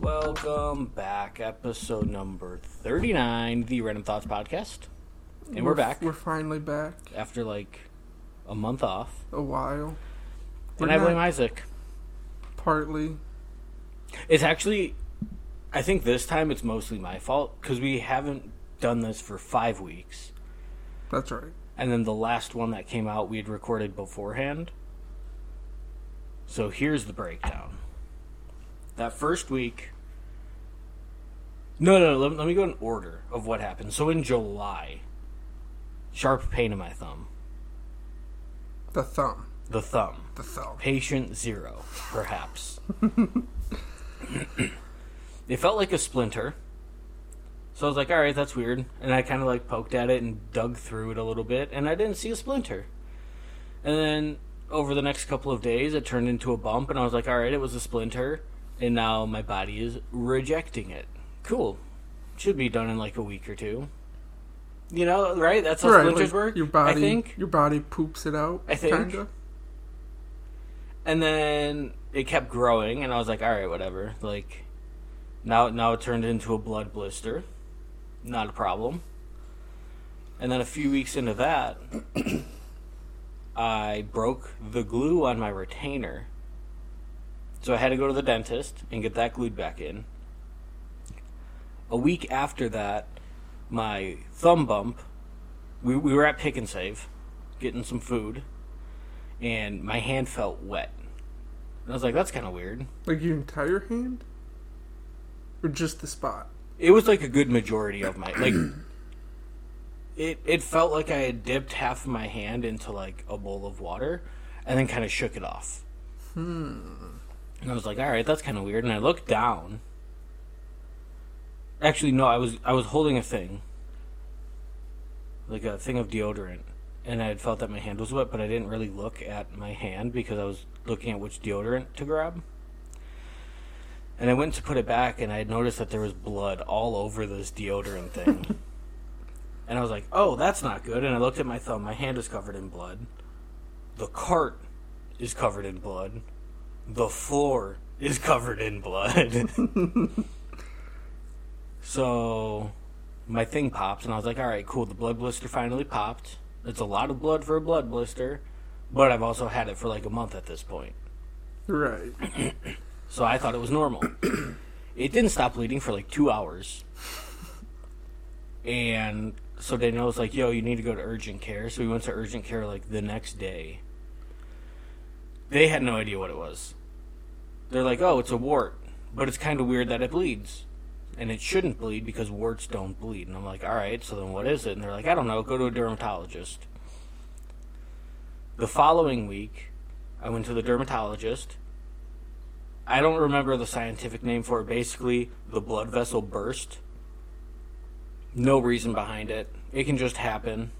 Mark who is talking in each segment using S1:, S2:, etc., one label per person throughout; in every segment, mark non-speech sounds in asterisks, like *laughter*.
S1: Welcome back, episode number 39, the Random Thoughts Podcast. And we're, back
S2: We're finally back.
S1: after like a month off.
S2: A while. We're
S1: And I blame
S2: not-
S1: Isaac.
S2: Partly.
S1: It's actually, I think this time it's mostly my fault because we haven't done this for five weeks.
S2: That's right.
S1: And then the last one that came out, we had recorded beforehand. So here's the breakdown. That first week. No, no, no, let, let me go in order of what happened. So in July, sharp pain in my thumb,
S2: The thumb.
S1: the thumb.
S2: The thumb.
S1: Patient zero, perhaps. *laughs* it felt like a splinter. So I was like, all right, that's weird. And I kind of like poked at it and dug through it a little bit, and I didn't see a splinter. And then over the next couple of days, it turned into a bump, and I was like, all right, it was a splinter, and now my body is rejecting it. Cool. Should be done in like a week or two. You know, right? That's how
S2: Right,
S1: splinters
S2: like,
S1: work.
S2: Your body.
S1: I think.
S2: Your body poops it out.
S1: I think.
S2: Kinda.
S1: and then it kept growing and i was like all right whatever like now now it turned into a blood blister not a problem and then a few weeks into that *coughs* i broke the glue on my retainer so i had to go to the dentist and get that glued back in a week after that my thumb bump we, we were at pick and save getting some food and my hand felt wet. And I was like, that's kind of weird.
S2: Like your entire hand? Or just the spot?
S1: It was like a good majority of my like. It it felt like I had dipped half of my hand into like a bowl of water, and then kind of shook it off. Hmm. And I was like, all right, that's kind of weird. And I looked down. Actually, no, I was I was holding a thing. Like a thing of deodorant, and I had felt that my hand was wet, but I didn't really look at my hand because I was looking at which deodorant to grab. And I went to put it back, and I had noticed that there was blood all over this deodorant thing. and I was like, oh, that's not good. And I looked at my thumb. My hand is covered in blood. The cart is covered in blood. The floor is covered in blood. *laughs* so my thing pops, and I was like, all right, cool. The blood blister finally popped. It's a lot of blood for a blood blister, but I've also had it for like a month at this point.
S2: Right.
S1: So I thought it was normal. it didn't stop bleeding for like two hours. And so Danielle was like, yo, you need to go to urgent care. So we went to urgent care like the next day. They had no idea what it was. They're like, oh, it's a wart. But it's kind of weird that it bleeds. And it shouldn't bleed because warts don't bleed. And I'm like, all right, so then what is it? And they're like, I don't know, go to a dermatologist. The following week, I went to the dermatologist. I don't remember the scientific name for it. Basically, the blood vessel burst. No reason behind it. It can just happen.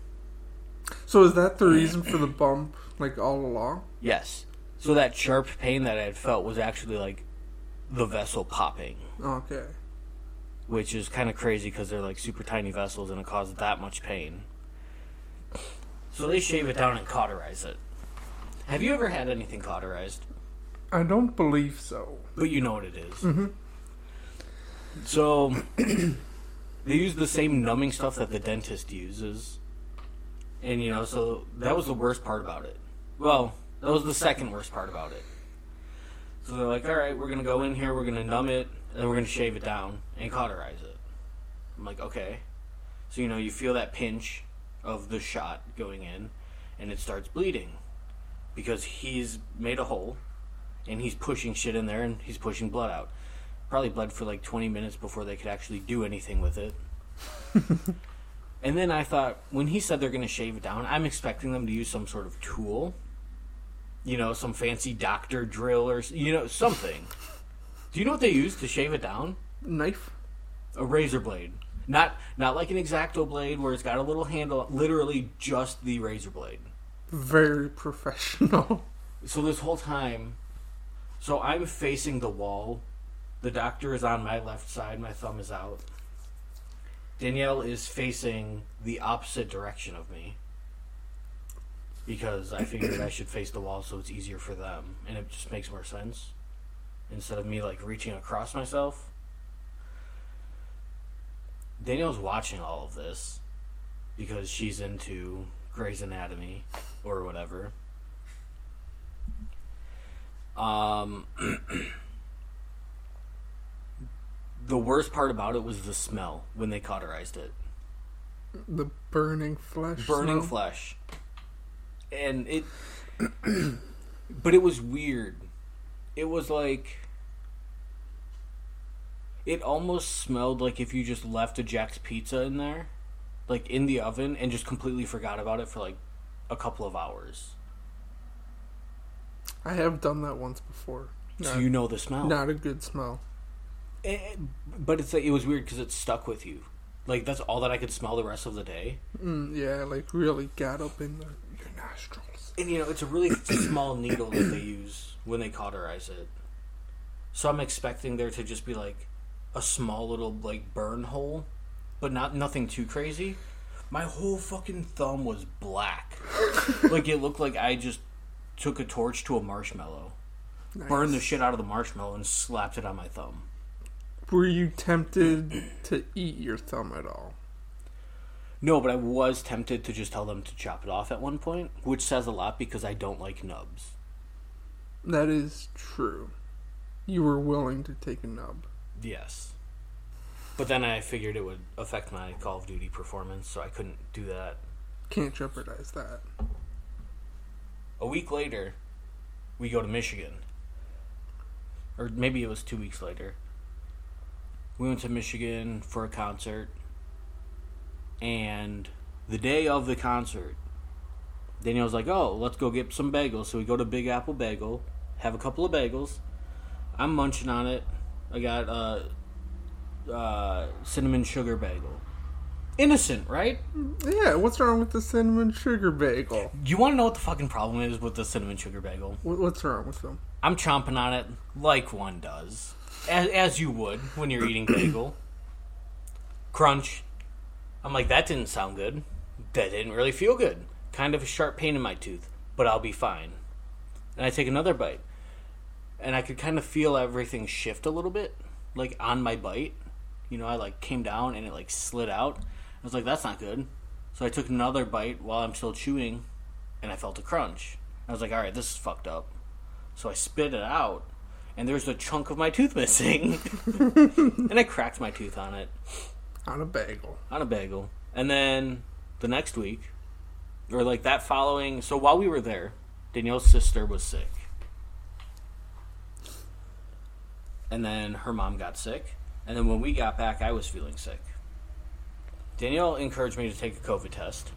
S2: So is that the reason for the bump, like all along?
S1: Yes. So that sharp pain that I had felt was actually like the vessel popping,
S2: Okay.
S1: which is kind of crazy because they're like super tiny vessels and it caused that much pain. So they shave it down and cauterize it. Have you ever had anything cauterized?
S2: I don't believe so.
S1: but you know what it is. So *clears throat* they use the same numbing stuff that the dentist uses, and you know, so that was the worst part about it. Well, that was the second worst part about it. So they're like, "All right, we're gonna go in here, we're gonna numb it, and then we're gonna shave it down and cauterize it." I'm like, "Okay." So you know, you feel that pinch of the shot going in, and it starts bleeding because he's made a hole and he's pushing shit in there and he's pushing blood out. Probably bled for like 20 minutes before they could actually do anything with it. and then I thought, when he said they're going to shave it down, I'm expecting them to use some sort of tool. You know, some fancy doctor drill or, s- you know, something. Do you know what they use to shave it down?
S2: Knife?
S1: a razor blade. Not not like an exacto blade where it's got a little handle, literally just the razor blade.
S2: Very professional. *laughs*
S1: So this whole time so I'm facing the wall. The doctor is on my left side, my thumb is out. Danielle is facing the opposite direction of me. because I figured I should face the wall so it's easier for them and it just makes more sense instead of me like reaching across myself. Danielle's watching all of this because she's into Grey's Anatomy or whatever. Um, the worst part about it was the smell when they cauterized it
S2: The burning flesh.
S1: burning
S2: smell.
S1: flesh and it *clears throat* but it was weird it was like it almost smelled like if you just left a jack's pizza in there like in the oven and just completely forgot about it for like a couple of hours
S2: I have done that once before. Not,
S1: so you know the smell
S2: not a good smell.
S1: Eh, but it's like it was weird because it stuck with you like that's all that i could smell the rest of the day
S2: Mm, yeah, like really got up in the, your nostrils.
S1: and you know it's a really small needle that they use when they cauterize it so i'm expecting there to just be like a small little like burn hole but not nothing too crazy my whole fucking thumb was black like it looked like i just took a torch to a marshmallow burned the shit out of the marshmallow and slapped it on my thumb
S2: Were you tempted to eat your thumb at all?
S1: no but i was tempted to just tell them to chop it off at one point which says a lot because i don't like nubs
S2: That is true. You were willing to take a nub.
S1: Yes. But then I figured it would affect my Call of Duty performance, so I couldn't do that.
S2: Can't jeopardize that.
S1: A week later, we go to Michigan. Or maybe it was two weeks later. We went to Michigan for a concert. And the day of the concert, Danielle's like, oh, let's go get some bagels. So we go to Big Apple Bagel, have a couple of bagels. I'm munching on it. I got a uh, uh, cinnamon sugar bagel. Innocent, right?
S2: Yeah, what's wrong with the cinnamon sugar bagel?
S1: You want to know what the fucking problem is with the cinnamon sugar bagel?
S2: What, what's wrong with them?
S1: I'm chomping on it like one does, as, as you would when you're eating bagel. Crunch. I'm like, that didn't sound good. That didn't really feel good. Kind of a sharp pain in my tooth, but I'll be fine. And I take another bite, and I could kind of feel everything shift a little bit, like on my bite. You know, I like came down and it like slid out. I was like, that's not good. So I took another bite while I'm still chewing, and I felt a crunch. I was like, all right, this is fucked up. So I spit it out, and there's a chunk of my tooth missing. and I cracked my tooth on it,
S2: On a bagel.
S1: on a bagel. And then the next week, or like that following, so while we were there, Danielle's sister was sick. And then her mom got sick. And then when we got back, I was feeling sick. Danielle encouraged me to take a COVID test.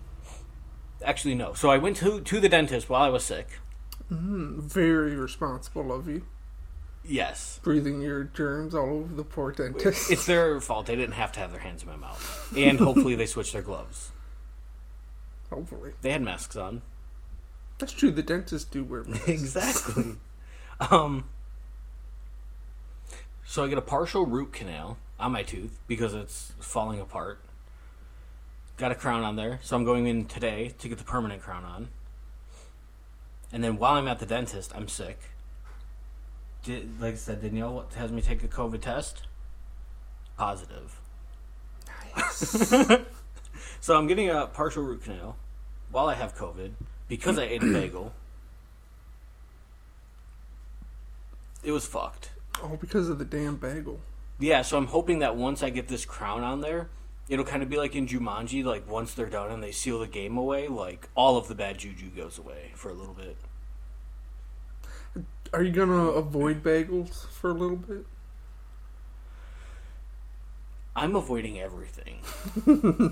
S1: Actually, no. So I went to, to the dentist while I was sick.
S2: Very responsible of you.
S1: Yes.
S2: Breathing your germs all over the poor
S1: *laughs*
S2: dentist. *laughs*
S1: It's their fault. They didn't have to have their hands in my mouth. And hopefully they switched their gloves.
S2: Hopefully.
S1: They had masks on.
S2: That's true, the dentists do wear masks.
S1: Exactly. *laughs* um So I get a partial root canal on my tooth because it's falling apart. Got a crown on there, so I'm going in today to get the permanent crown on. And then while I'm at the dentist, I'm sick. Did, like I said, Danielle has me take a COVID test. Positive. *laughs* So I'm getting a partial root canal while I have COVID because I ate a bagel. It was fucked.
S2: All because of the damn bagel.
S1: Yeah, so I'm hoping that once I get this crown on there, it'll kind of be like in Jumanji, like once they're done and they seal the game away, like all of the bad juju goes away for a little bit.
S2: Are you gonna avoid bagels for a little bit?
S1: I'm avoiding everything.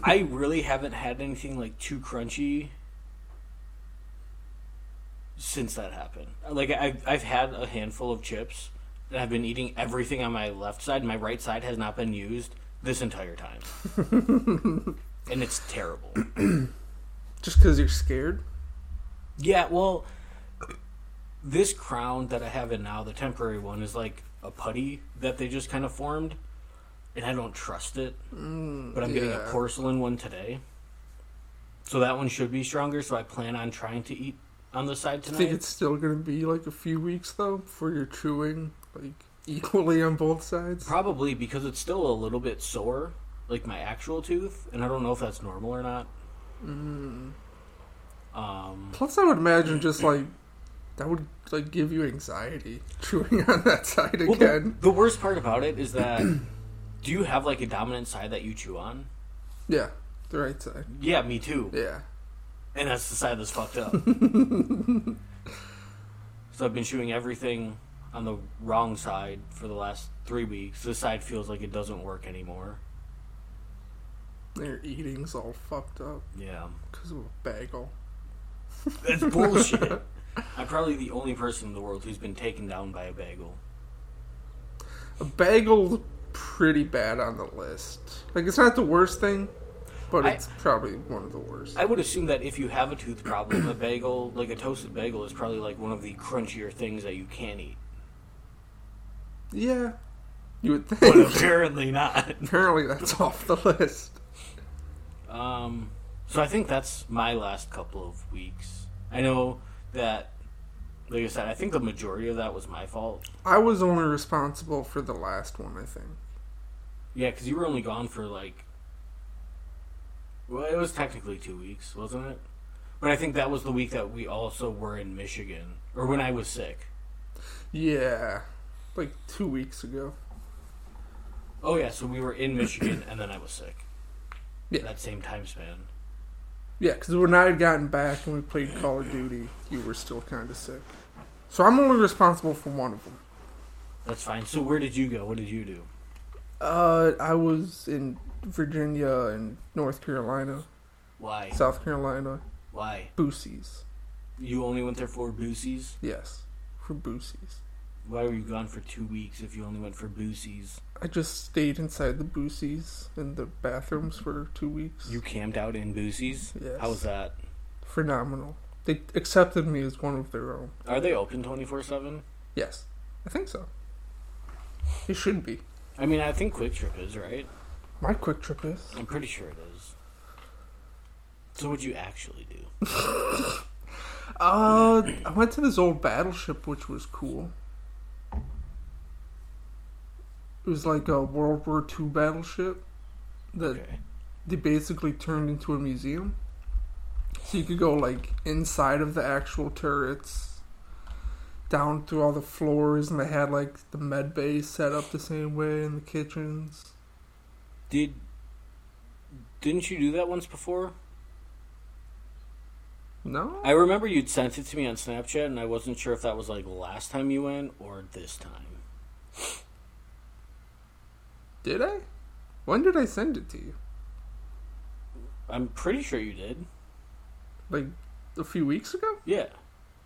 S1: I really haven't had anything like too crunchy since that happened. Like I've I've had a handful of chips and I've been eating everything on my left side. My right side has not been used this entire time. and it's terrible.
S2: Just because you're scared?
S1: Yeah, well this crown that I have in now, the temporary one, is like a putty that they just kind of formed. And I don't trust it. but I'm getting a
S2: Mm, yeah.
S1: porcelain one today. So that one should be stronger. So I plan on trying to eat on the side
S2: Do you
S1: tonight.
S2: think it's still gonna be like a few weeks though before you're chewing like equally on both sides?
S1: Probably because it's still a little bit sore, like my actual tooth, and I don't know if that's normal or not. Um,
S2: Plus, I would imagine just like that would like give you anxiety *laughs* chewing on that side
S1: well, the,
S2: again.
S1: the worst part about it is that *clears throat* do you have like a dominant side that you chew on?
S2: yeah, the right side.
S1: Yeah, me too.
S2: Yeah.
S1: And that's the side that's fucked *laughs* up. so I've been chewing everything on the wrong side for the last three weeks. This side feels like it doesn't work anymore.
S2: And your eating's all fucked up
S1: Yeah.
S2: because of a bagel.
S1: That's *laughs* bullshit. I'm probably the only person in the world who's been taken down by a bagel.
S2: A bagel's pretty bad on the list. Like, it's not the worst thing, but
S1: I-
S2: it's probably one of the worst.
S1: I would assume that if you have a tooth problem, a bagel, like a toasted bagel, is probably like one of the crunchier things that you can eat.
S2: yeah, you would
S1: But
S2: think. *laughs*
S1: apparently not.
S2: Apparently, that's off the list.
S1: Um, so I think that's my last couple of weeks. I know that, like I said, I think the majority of that was my fault.
S2: I was only responsible for the last one, I think.
S1: Yeah, because you were only gone for like, well, it was technically two weeks, wasn't it? But I think that was the week that we also were in Michigan, or when I was sick.
S2: Yeah, like two weeks ago.
S1: Oh yeah, so we were in Michigan, and then I was sick.
S2: Yeah.
S1: That same time span.
S2: Yeah, because when I had gotten back and we played Call of Duty, you were still kind of sick. So I'm only responsible for one of them.
S1: That's fine. So where did you go? What did you do?
S2: Uh, I was in Virginia and North Carolina,
S1: Why?
S2: South Carolina,
S1: Why?
S2: Boosies.
S1: You only went there for boosies?
S2: Yes, for Boosies.
S1: Why were you gone for two weeks if you only went for boosies?
S2: I just stayed inside the Boosies in the bathrooms for two weeks.
S1: You camped out in boosies?
S2: Yes.
S1: How was that?
S2: Phenomenal. They accepted me as one of their own.
S1: Are they open 24 7?
S2: Yes, I think so. They should be.
S1: I mean, I think Quick Trip is, right?
S2: My quick trip is.
S1: I'm pretty sure it is. So, what'd you actually do?
S2: Uh, I went to this old battleship, which was cool. It was like a World War II battleship that
S1: Okay.
S2: they basically turned into a museum. So you could go like inside of the actual turrets, down through all the floors, and they had like the med bay set up the same way in the kitchens.
S1: Did. Didn't you do that once before?
S2: No,
S1: I remember you'd sent it to me on Snapchat, and I wasn't sure if that was like last time you went or this time.
S2: did I? When did I send it to you?
S1: I'm pretty sure you did.
S2: Like a few weeks ago?
S1: Yeah.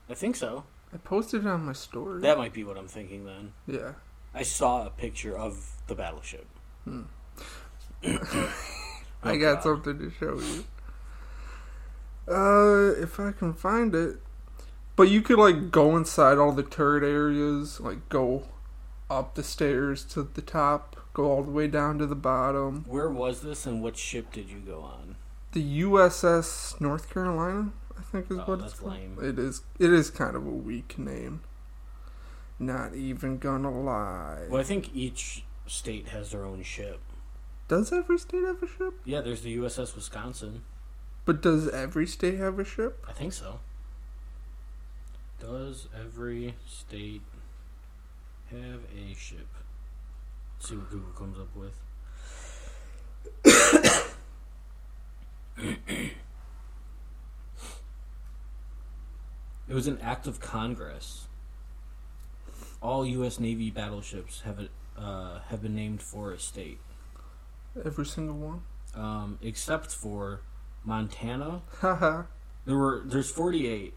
S1: I think so.
S2: I posted it on my story.
S1: That might be what I'm thinking then.
S2: yeah.
S1: I saw a picture of the battleship.
S2: I
S1: Oh,
S2: got
S1: God.
S2: something to show you. Uh, if I can find it. But you could like go inside all the turret areas, like go up the stairs to the top, go all the way down to the bottom.
S1: Where was this and what ship did you go on?
S2: The USS North Carolina, I think is
S1: Oh,
S2: what
S1: that's
S2: it's called.
S1: lame.
S2: It is. It is kind of a weak name. Not even gonna lie.
S1: Well, I think each state has their own ship.
S2: Does every state have a ship?
S1: Yeah, there's the USS Wisconsin.
S2: But does every state have a ship?
S1: I think so. Does every state have a ship? see what Google comes up with. *coughs* it was an act of Congress. All U.S. Navy battleships have a, uh, have been named for a state,
S2: Every single one.
S1: um, except for Montana,
S2: Haha.
S1: there were there's 48.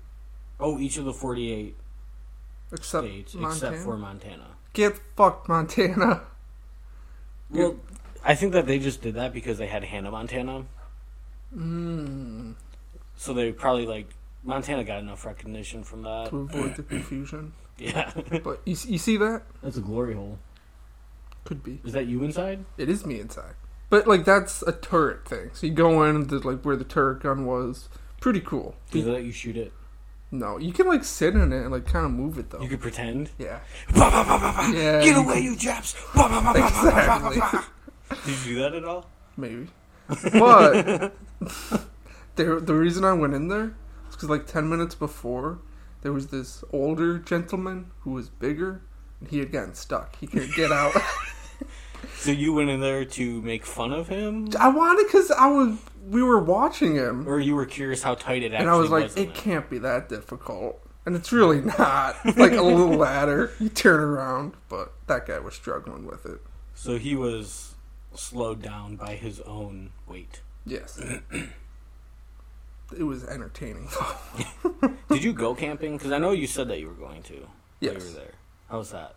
S1: Oh, each of the 48
S2: Except
S1: states
S2: Montana.
S1: except for Montana.
S2: Get fucked, Montana.
S1: Well, I think that they just did that because they had Hannah Montana,
S2: Mm,
S1: so they probably like Montana got enough recognition from
S2: to
S1: that.
S2: avoid the confusion.
S1: Yeah, *laughs*
S2: But you, you see that?
S1: that's a glory hole.
S2: Could be.
S1: Is that you inside?
S2: It is me inside. But like that's a turret thing. So you go in to like where the turret gun was. Pretty cool.
S1: Do they let you shoot it?
S2: No, you can like sit in it and like kind of move it though.
S1: You could pretend.
S2: yeah,
S1: Bah, bah, bah, bah, bah.
S2: Oh. Yeah,
S1: *laughs* Get
S2: you
S1: away, you Japs! *laughs* Bah, bah, bah, bah, bah, bah, bah,
S2: Exactly.
S1: bah. Did you do that at all? *laughs*
S2: maybe. But the the reason I went in there was because like ten minutes before there was this older gentleman who was bigger and he had gotten stuck. He couldn't get
S1: *laughs*
S2: out.
S1: So you went in there to make fun of him,
S2: I wanted because I was we were watching him
S1: or you were curious how tight it actually
S2: and I was like,
S1: in
S2: it
S1: there?
S2: can't be that difficult. And it's really not. It's like
S1: *laughs*
S2: a little ladder. You turn around, but that guy was struggling with it.
S1: So he was slowed down by his own weight.
S2: Yes.
S1: *clears throat*
S2: it was entertaining.
S1: Did you go camping? Because I know you said that you were going to. while You
S2: Yes.
S1: were there. How was that?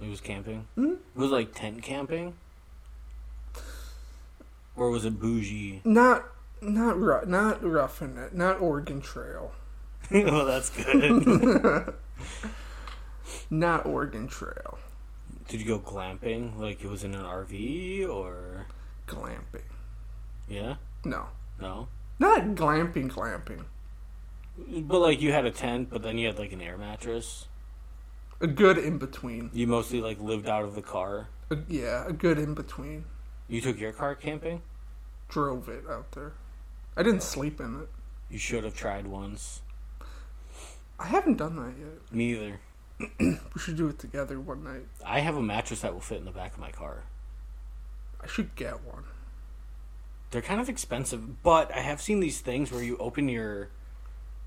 S1: It was camping?
S2: Mhm.
S1: It was like tent camping? Or was it bougie? *laughs*
S2: Not not rough, not roughing it. Not Oregon Trail.
S1: well, that's good.
S2: Not Oregon Trail.
S1: Did you go glamping? Like it was in an RV or.
S2: Glamping.
S1: Yeah?
S2: No.
S1: No?
S2: Not glamping glamping.
S1: But like you had a tent, but then you had like an air mattress.
S2: A good in between.
S1: You mostly like lived out of the car.
S2: A, yeah, a good in between.
S1: You took your car camping?
S2: Drove it out there. I didn't sleep in it.
S1: You should have tried once.
S2: I haven't done that yet.
S1: Neither.
S2: We should do it together one night.
S1: I have a mattress that will fit in the back of my car.
S2: I should get one.
S1: They're kind of expensive, but I have seen these things where you open your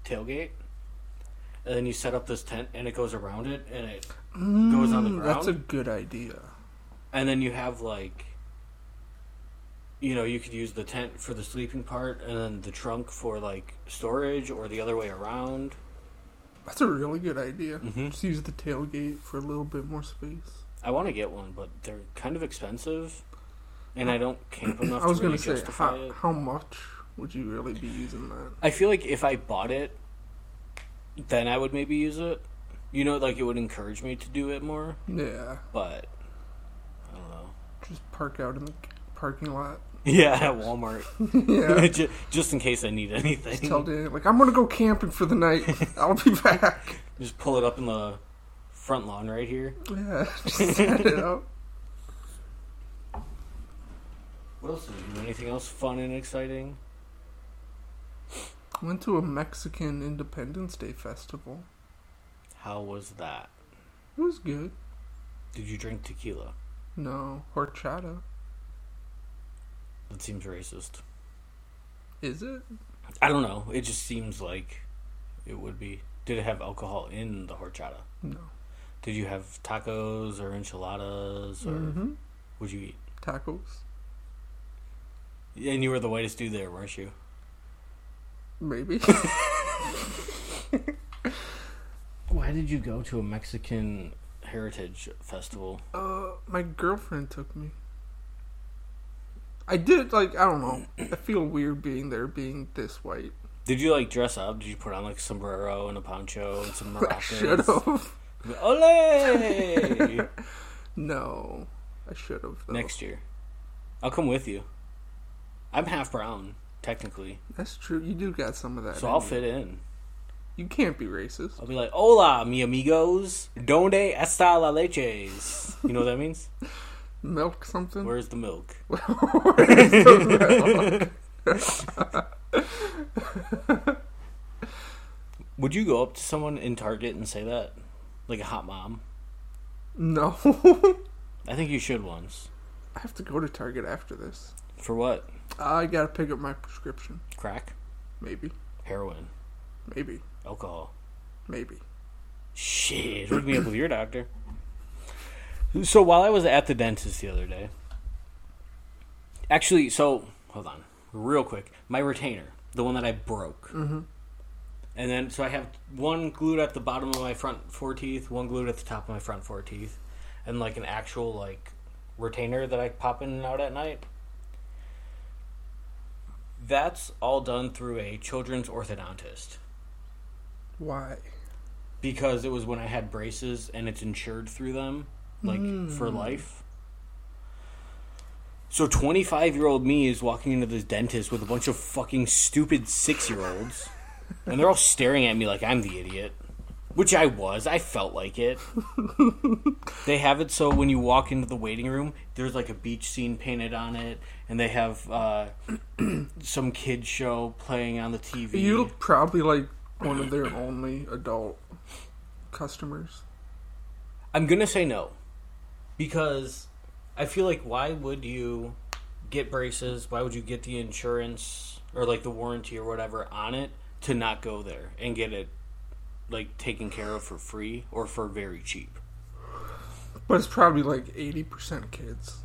S1: tailgate and then you set up this tent and it goes around it and it goes on the
S2: Mm, That's a
S1: ground.
S2: good idea.
S1: And then you have like you know, you could use the tent for the sleeping part and then the trunk for like storage or the other way around.
S2: That's a really good idea.
S1: Mhm.
S2: Just use the tailgate for a little bit more space.
S1: I want to get one, but they're kind of expensive and I don't camp enough
S2: *clears throat* I was
S1: to really
S2: gonna say,
S1: justify
S2: how,
S1: it.
S2: how much would you really be using that?
S1: I feel like if I bought it, then I would maybe use it. You know, like it would encourage me to do it more,
S2: Yeah,
S1: but I don't know. *laughs*
S2: just park out in the parking lot.
S1: Yeah, at Walmart.
S2: *laughs*
S1: *laughs*
S2: yeah,
S1: Ju- just in case I need
S2: just tell
S1: anything.
S2: Danny like I'm gonna go camping for the night. I'll be back.
S1: Just pull it up in the front lawn right here.
S2: Yeah, just set it up.
S1: What else did you do? Anything else fun and exciting?
S2: Went to a Mexican Independence Day festival.
S1: How was that?
S2: It was good.
S1: Did you drink tequila?
S2: No horchata,
S1: That seems racist.
S2: is it?
S1: I don't know. It just seems like it would be. Did it have alcohol in the horchata?
S2: No.
S1: Did you have tacos or enchiladas or
S2: hmm
S1: would you eat?
S2: Tacos,
S1: And you were the whitest dude there, weren't you?
S2: maybe.
S1: Why did you go to a Mexican heritage festival?
S2: Uh, my girlfriend took me. I did like I don't know. I feel weird being there, being this white.
S1: Did you like dress up? Did you put on like sombrero and a poncho and some
S2: *laughs* I should
S1: maracas?
S2: have.
S1: Ole!
S2: *laughs* No, I should have. though.
S1: Next year, I'll come with you. I'm half brown, technically,
S2: That's true. You do got some of that.
S1: so
S2: in
S1: I'll
S2: you.
S1: fit in.
S2: You can't be racist.
S1: I'll be like, "Hola, mi amigos, donde está la leches?" You know what that
S2: *laughs*
S1: means?
S2: Milk something.
S1: Where's the milk?
S2: Where's the milk?
S1: *laughs* Would you go up to someone in Target and say that, like a hot mom?
S2: *laughs* no, *laughs*
S1: I think you should once.
S2: I have to go to Target after this.
S1: For what?
S2: I gotta pick up my prescription.
S1: Crack,
S2: Maybe,
S1: heroin,
S2: maybe,
S1: alcohol.
S2: maybe.
S1: Shit, hook me up with your doctor. So while I was at the dentist the other day, actually, so hold on, real quick, my retainer, the one that I broke, mm-hmm. and then so I have one glued at the bottom of my front four teeth, one glued at the top of my front four teeth, and like an actual like retainer that I pop in and out at night. That's all done through a children's orthodontist
S2: Why?
S1: because it was when I had braces and it's insured through them, like for life. So 25 year old me is walking into this dentist with a bunch of fucking stupid six year olds, and they're all staring at me like I'm the idiot, which I was. I felt like it. they have it so when you walk into the waiting room, there's like a beach scene painted on it, and they have uh, *clears throat* some kid show playing on the TV.
S2: You look probably like one of their only adult customers.
S1: I'm gonna say no, because I feel like why would you get braces? Why would you get the insurance or like the warranty or whatever on it to not go there and get it like taken care of for free or for very cheap?
S2: But it's probably like 80% kids.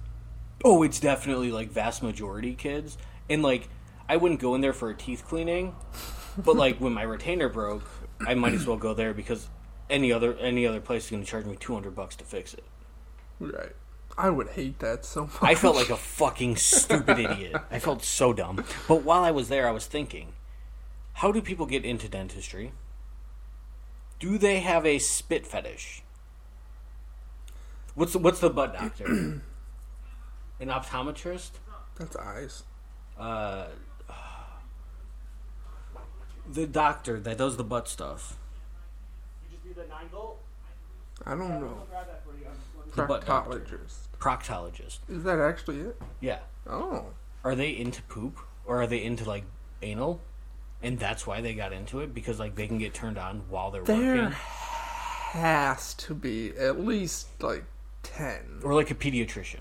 S1: Oh, it's definitely like vast majority kids, and like I wouldn't go in there for a teeth cleaning, but like when my retainer broke, I might as well go there because any other any other place is gonna charge me two hundred bucks to fix it.
S2: Right. I would hate that so much.
S1: I felt like a fucking stupid idiot. I felt so dumb. But while I was there, I was thinking, how do people get into dentistry? Do they have a spit fetish? What's the, what's the butt doctor? An optometrist?
S2: *laughs* That's eyes.
S1: Uh, the doctor that does the butt stuff.
S3: You just need the nine volt.
S2: I don't know.
S3: Grab that for you. I'm just wondering.
S1: The butt doctor.
S2: Proctologist.
S1: Proctologist.
S2: Is that actually it?
S1: Yeah.
S2: Oh.
S1: Are they into poop or are they into like anal? And that's why they got into it because like they can get turned on while they're
S2: There
S1: working.
S2: has to be at least like 10.
S1: Or like a pediatrician.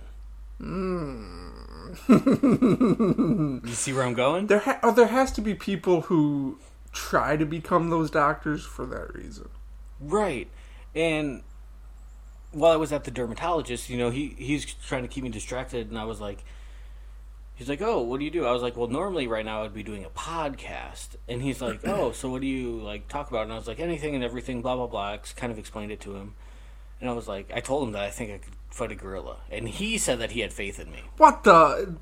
S2: Hmm.
S1: you see where I'm going?
S2: There, ha- oh, there has to be people who try to become those doctors for that reason.
S1: Right. And while I was at the dermatologist, you know, he he's trying to keep me distracted, and I was like, he's like, oh, what do you do? I was like, well, normally right now I'd be doing a podcast, and he's like,
S2: *clears throat*
S1: oh, so what do you like talk about? And I was like, anything and everything, blah blah blah. I ex- kind of explained it to him, and I was like, I told him that I think I could fight a gorilla, and he said that he had faith in me.
S2: What the?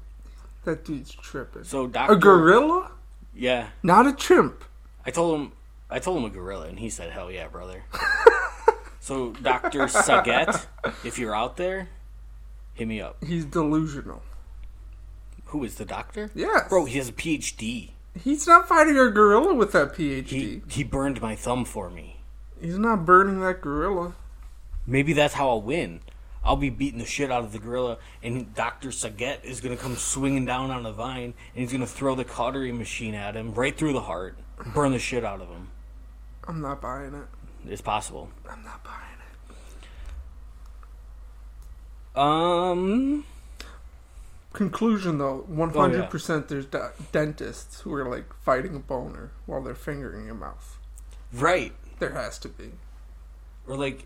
S2: That dude's tripping.
S1: So doctor,
S2: a gorilla?
S1: yeah,
S2: Not a chimp.
S1: I told him I told him a gorilla, and he said, "Hell yeah, brother." so, Doctor Saget, if you're out there, hit me up.
S2: He's delusional.
S1: Who is the doctor?
S2: Yes.
S1: bro, he has a PhD.
S2: He's not fighting a gorilla with that PhD.
S1: He he burned my thumb for me.
S2: He's not burning that gorilla.
S1: Maybe that's how I'll win. I'll be beating the shit out of the gorilla, and Doctor Saget is gonna come swinging down on a vine, and he's gonna throw the cautery machine at him right through the heart, burn the shit out of him.
S2: I'm not buying it.
S1: It's possible.
S2: I'm not buying it.
S1: Um,
S2: Conclusion though,
S1: Oh,
S2: 100% there's do- dentists who are like fighting a boner while they're fingering your mouth.
S1: right.
S2: There has to be.
S1: or like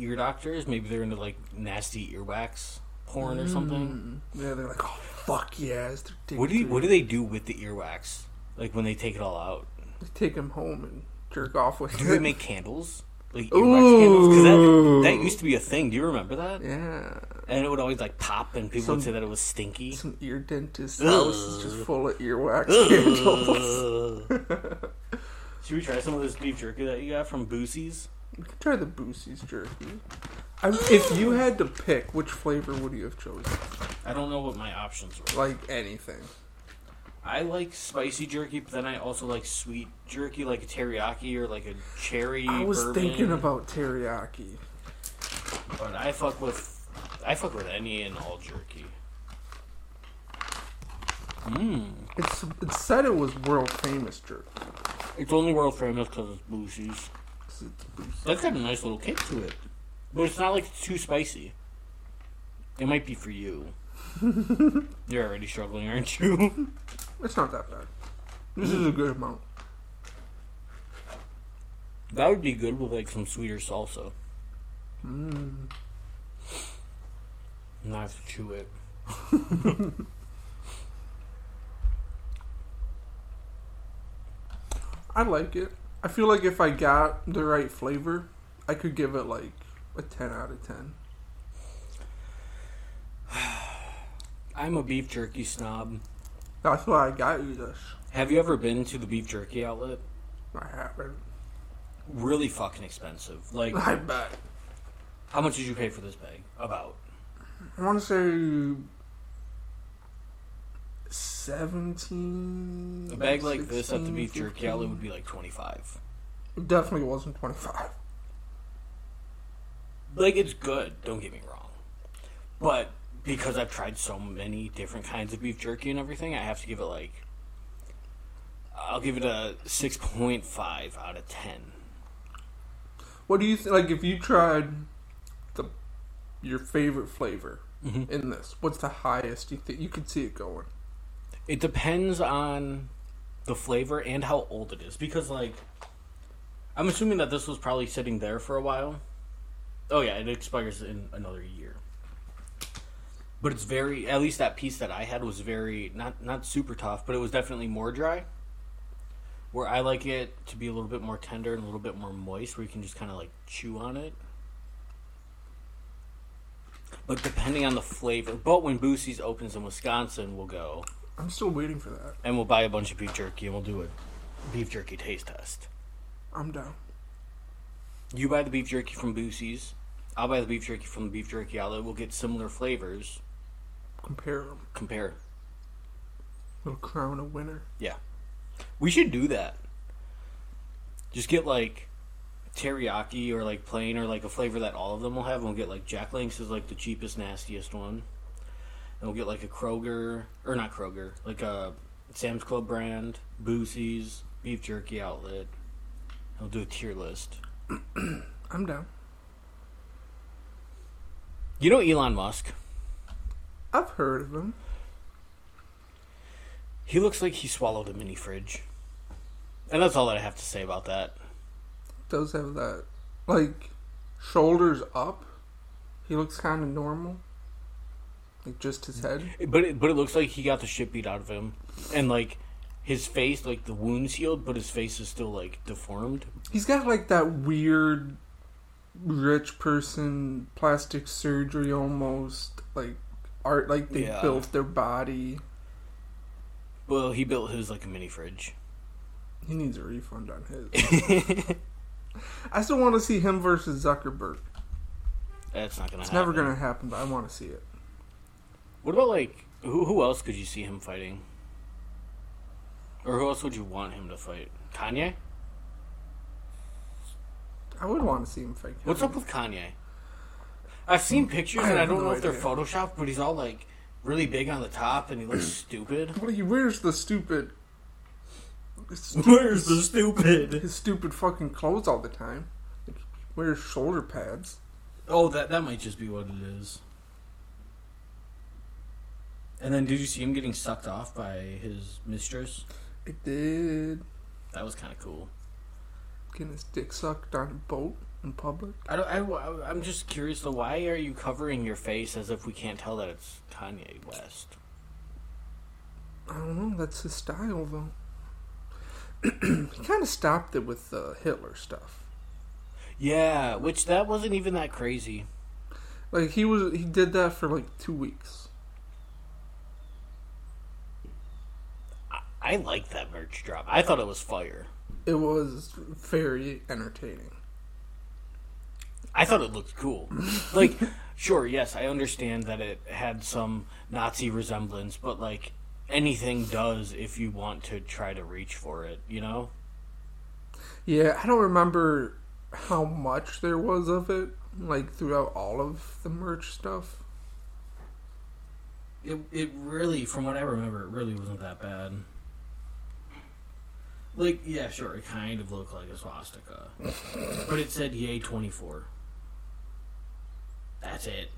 S1: ear doctors. Maybe they're into like nasty earwax porn or something.
S2: Yeah, they're like, oh fuck yeah, as their dick
S1: What do you,
S2: through
S1: what do they do with the earwax? Like when they take it all out,
S2: it. They take him home and jerk off with
S1: *laughs* do
S2: it.
S1: they make candles? Like earwax candles? 'Cause
S2: Ooh.
S1: that, that used to be a thing. Do you remember that?
S2: yeah,
S1: And it would always like pop, and people
S2: Some-
S1: would say that it was stinky.
S2: some ear dentist
S1: Ugh.
S2: house is just full of earwax candles. *laughs*
S1: Ugh. Should we try some of this beef jerky that you got from Boosie's?
S2: We could try the Boosie's jerky. I, if you had to pick, which flavor would you have chosen?
S1: I don't know what my options were.
S2: Like anything.
S1: I like spicy jerky, but then I also like sweet jerky, like a teriyaki or like a cherry.
S2: I was
S1: bourbon.
S2: thinking about teriyaki.
S1: But I fuck with, I fuck with any and all jerky. Mmm.
S2: It's, it said it was world famous jerky.
S1: It's only world famous because it's Boosie's.
S2: It's Boosie's.
S1: That's got a nice little kick to it, but it's not like it's too spicy. It might be for you. You're already struggling, aren't you? *laughs*
S2: It's not that bad. This is a good amount.
S1: that would be good with like some sweeter salsa.
S2: Mm.
S1: Not have to chew it.
S2: I like it. I feel like if I got the right flavor, I could give it like a 10 out of 10.
S1: I'm a beef jerky snob.
S2: That's why I got you this.
S1: Have you ever been to the beef jerky outlet?
S2: I haven't.
S1: Really fucking expensive. Like,
S2: *laughs* I bet.
S1: how much did you pay for this bag? About.
S2: I want to say seventeen.
S1: A bag like this at the beef jerky
S2: 16,
S1: outlet would be like twenty five.
S2: 15. definitely wasn't twenty five.
S1: Like it's good, don't get me wrong. But because I've tried so many different kinds of beef jerky and everything, I have to give it like I'll give it a 6.5 out of 10.
S2: What do you think? Like, if you tried the your favorite flavor
S1: Mhm.
S2: in this, what's the highest you think you could see it going?
S1: It depends on the flavor and how old it is because like I'm assuming that this was probably sitting there for a while. Oh yeah, it expires in another year. But it's very at least that piece that I had was very not not super tough, but it was definitely more dry. Where I like it to be a little bit more tender and a little bit more moist where you can just kind of like chew on it. But depending on the flavor, but when Boosie's opens in Wisconsin, we'll go
S2: I'm still waiting for that.
S1: and we'll buy a bunch of beef jerky and we'll do a beef jerky taste test.
S2: I'm down.
S1: You buy the beef jerky from Boosie's. I'll buy the beef jerky from the beef jerky outlet. We'll get similar flavors.
S2: Compare 'em.
S1: Compare.
S2: We'll crown a winner.
S1: Yeah. We should do that. Just get like teriyaki or like plain or like a flavor that all of them will have. And we'll get like Jack Links is like the cheapest, nastiest one. And we'll get like a Kroger, or not Kroger, like a Sam's Club brand, Boosie's, Beef Jerky Outlet. And we'll do a tier list.
S2: I'm down.
S1: You know Elon Musk?
S2: I've heard of him.
S1: He looks like he swallowed a mini fridge. And that's all that I have to say about that.
S2: Does have that like shoulders up? He looks kind of normal. Like just his head.
S1: But it, but it looks like he got the shit beat out of him. And like his face, like the wounds healed, but his face is still like deformed.
S2: He's got like that weird rich person plastic surgery almost like art like they
S1: Yeah.
S2: built their body.
S1: Well, he built his like a mini fridge. *laughs*
S2: He needs a refund on his. *laughs* I still want to see him versus Zuckerberg.
S1: That's not gonna
S2: It's
S1: happen.
S2: never going to happen, but I want to see it.
S1: What about like who who else could you see him fighting? Or who else would you want him to fight? Kanye?
S2: I would want to see him fight.
S1: What's up with Kanye? I've seen pictures
S2: Hmm. I
S1: and I
S2: have
S1: don't
S2: no
S1: know if they're
S2: idea.
S1: photoshopped, but he's all like really big on the top and he
S2: *clears throat*
S1: looks stupid.
S2: Well, he wears the stupid.
S1: Where's the stupid?
S2: His stupid fucking clothes all the time. Like, he wears shoulder pads.
S1: Oh, that that might just be what it is. And then, did you see him getting sucked off by his mistress?
S2: It did.
S1: That was kind of cool.
S2: Getting his dick sucked on a boat in public.
S1: I don't. I, am just curious. though, why are you covering your face as if we can't tell that it's Kanye West?
S2: I don't know. That's his style, though. *clears throat* he kind of stopped it with the Hitler stuff.
S1: Yeah, which that wasn't even that crazy.
S2: Like he was, he did that for like two weeks.
S1: I like that merch drop. I thought it was fire.
S2: It was very entertaining.
S1: I thought it looked cool. Like, sure, yes, I understand that it had some Nazi resemblance, but like anything does if you want to try to reach for it, you know?
S2: Yeah, I don't remember how much there was of it, like throughout all of the merch stuff.
S1: It it really, from what I remember, it really wasn't that bad. Like, yeah, sure, it kind of looked like a swastika. but it said yay twenty four. That's it.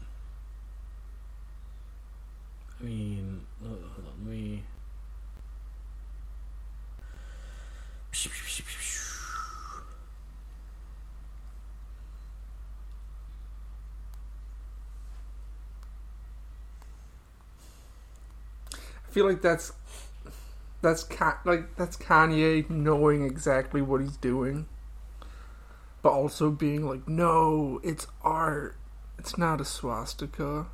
S1: I mean uh, hold on, let me
S2: I feel like that's that's Ka- like that's Kanye knowing exactly what he's doing, but also being like, "No, it's art. It's not a swastika.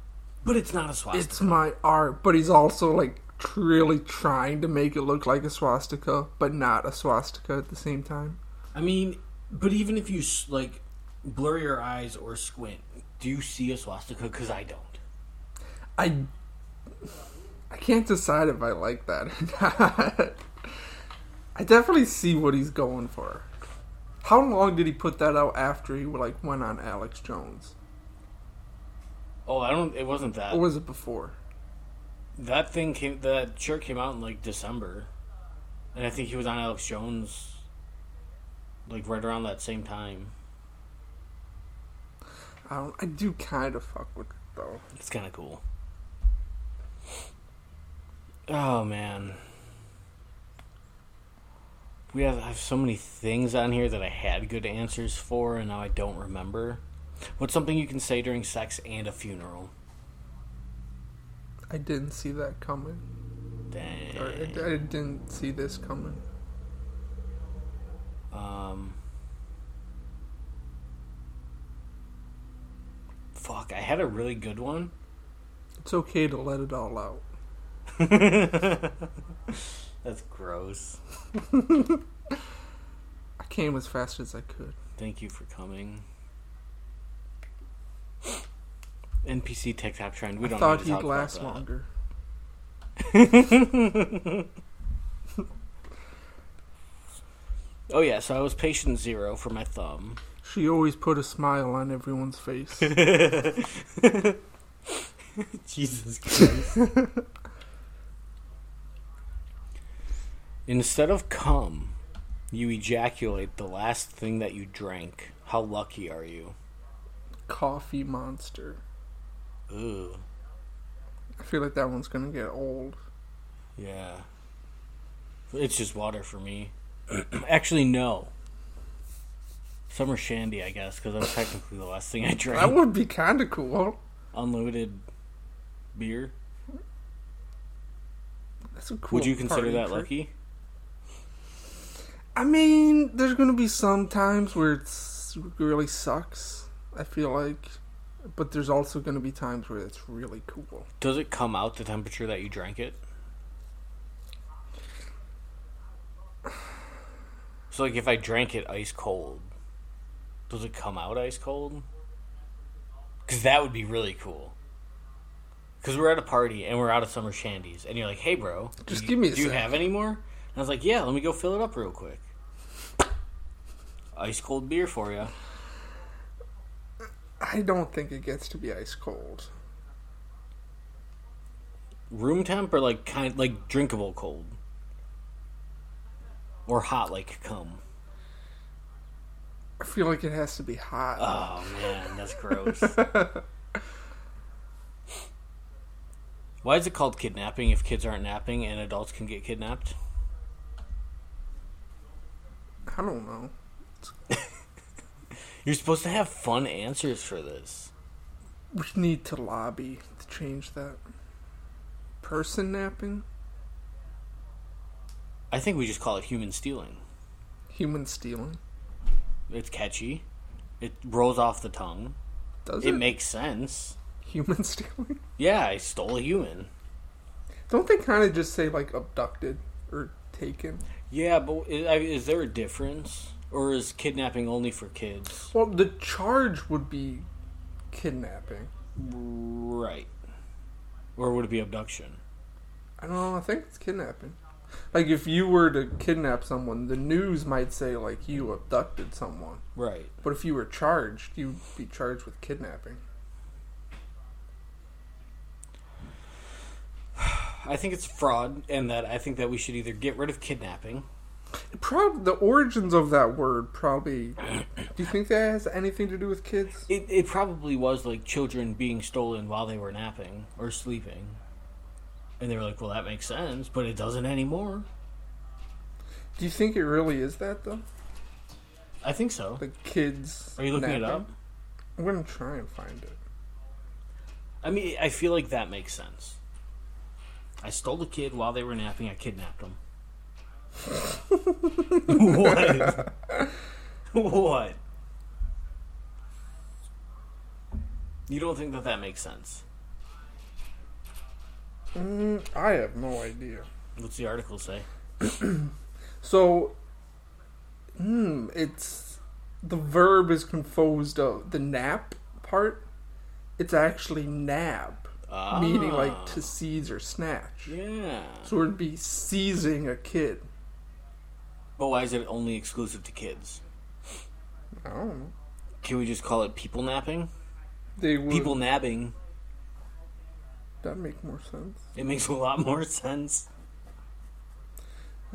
S1: But it's not a swastika.
S2: It's my art." But he's also like tr- really trying to make it look like a swastika, but not a swastika at the same time.
S1: I mean, but even if you s- like blur your eyes or squint, do you see a swastika? Because I don't.
S2: I I can't decide if I like that or not. I definitely see what he's going for. How long did he put that out after he like went on Alex Jones,
S1: Oh, I don't. It wasn't that.
S2: or was it before?
S1: That thing came. That shirt came out in like December, and I think he was on Alex Jones, like right around that same time.
S2: I don't. I do kind of fuck with it though.
S1: It's kind of cool. Oh man, we have I have so many things on here that I had good answers for, and now I don't remember. What's something you can say during sex and a funeral?
S2: I didn't see that coming. Or I, I
S1: Dang.
S2: didn't see this coming.
S1: Um, fuck, I had a really good one. *laughs*
S2: It's okay to let it all out.
S1: That's gross.
S2: I came as fast as I could.
S1: Thank you for coming. NPC TikTok trend. We
S2: I
S1: don't
S2: thought
S1: need to
S2: he'd
S1: talk about
S2: last
S1: that.
S2: longer.
S1: Oh yeah, so I was patient zero for my thumb.
S2: She always put a smile on
S1: *laughs*
S2: everyone's face.
S1: Jesus Christ. Instead of cum, you ejaculate the last thing that you drank. How lucky are you?
S2: Coffee monster.
S1: Ooh.
S2: I feel like that one's gonna get old.
S1: Yeah. It's just water for me. *clears throat* Actually, no. Summer shandy, I guess, because that was technically the last thing I *laughs* drank.
S2: That would be kind of cool.
S1: Unlimited beer.
S2: That's a cool.
S1: Would you consider
S2: party
S1: that
S2: trick.
S1: lucky?
S2: I mean, there's gonna be some times where it's really sucks. I feel like, but there's also gonna be times where it's really cool.
S1: Does it come out the temperature that you drank it? So, like, if I drank it ice cold, does it come out ice cold? Because that would be really cool. Because we're at a party and we're out of summer shandies, and you're like, "Hey, bro, do
S2: Just
S1: you-
S2: give me a
S1: Do you
S2: sec."
S1: have any more?" And I was like, "Yeah, let me go fill it up real quick." Ice cold beer for you.
S2: I don't think it gets to be ice cold.
S1: Room temp or like kind like drinkable cold, or hot like cum.
S2: I feel like it has to be hot.
S1: Oh man, that's gross. Why is it called kidnapping if kids aren't napping and adults can get kidnapped?
S2: I don't know.
S1: You're supposed to have fun answers for this.
S2: We need to lobby to change that. Person napping,
S1: I think we just call it human stealing.
S2: human stealing.
S1: It's catchy. It rolls off the tongue.
S2: Does
S1: It
S2: it,
S1: makes sense.
S2: human *laughs* stealing?
S1: Yeah, I stole a human.
S2: Don't they kind of just say like abducted or taken?
S1: Yeah, but i- I- is there a difference? Or is kidnapping only for kids?
S2: Well, the charge would be kidnapping.
S1: Right. Or would it be abduction?
S2: I don't know. I think it's kidnapping. Like if you were to kidnap someone, the news might say like you abducted someone.
S1: Right.
S2: But if you were charged, you'd be charged with kidnapping.
S1: I think it's fraud, and that I think that we should either get rid of kidnapping.
S2: Prob the origins of that word probably. Do you think that has anything to do with kids?
S1: It, it probably was like children being stolen while they were napping or sleeping. And they were like, well, that makes sense, but it doesn't anymore.
S2: Do you think it really is that though?
S1: I think so.
S2: Like kids.
S1: Are you looking it up?
S2: napping? I'm gonna try and find it.
S1: I mean, I feel like that makes sense. I stole a kid while they were napping, I kidnapped them. *laughs* what? what? You don't think that that makes sense?
S2: Mm, I have no idea.
S1: What's the article say?
S2: So, hmm, it's the verb is composed of the nap part. It's actually nab.
S1: Ah.
S2: meaning like to seize or snatch.
S1: Yeah.
S2: So it'd be seizing a kid.
S1: But why is it only exclusive to kids?
S2: I don't know.
S1: Can we just call it people napping?
S2: They would.
S1: People nabbing.
S2: That make more sense.
S1: It makes a lot more *laughs* sense.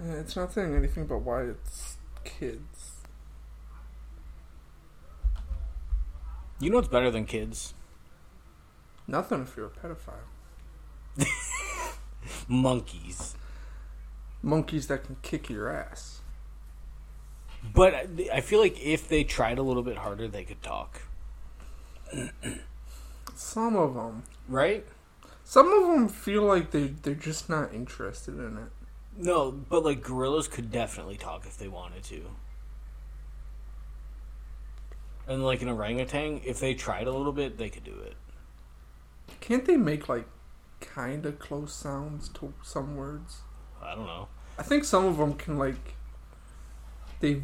S2: Eh, It's not saying anything about why it's kids.
S1: You know what's better than kids?
S2: Nothing if you're a pedophile.
S1: Monkeys.
S2: Monkeys that can kick your ass.
S1: But I- I feel like if they tried a little bit harder, they could talk.
S2: Some of them.
S1: Right?
S2: Some of them feel like they, they're just not interested in it.
S1: No, but like gorillas could definitely talk if they wanted to. And like an orangutan, if they tried a little bit, they could do it.
S2: Can't they make, like, kind of close sounds to some words?
S1: I don't know.
S2: I think some of them can, like, they,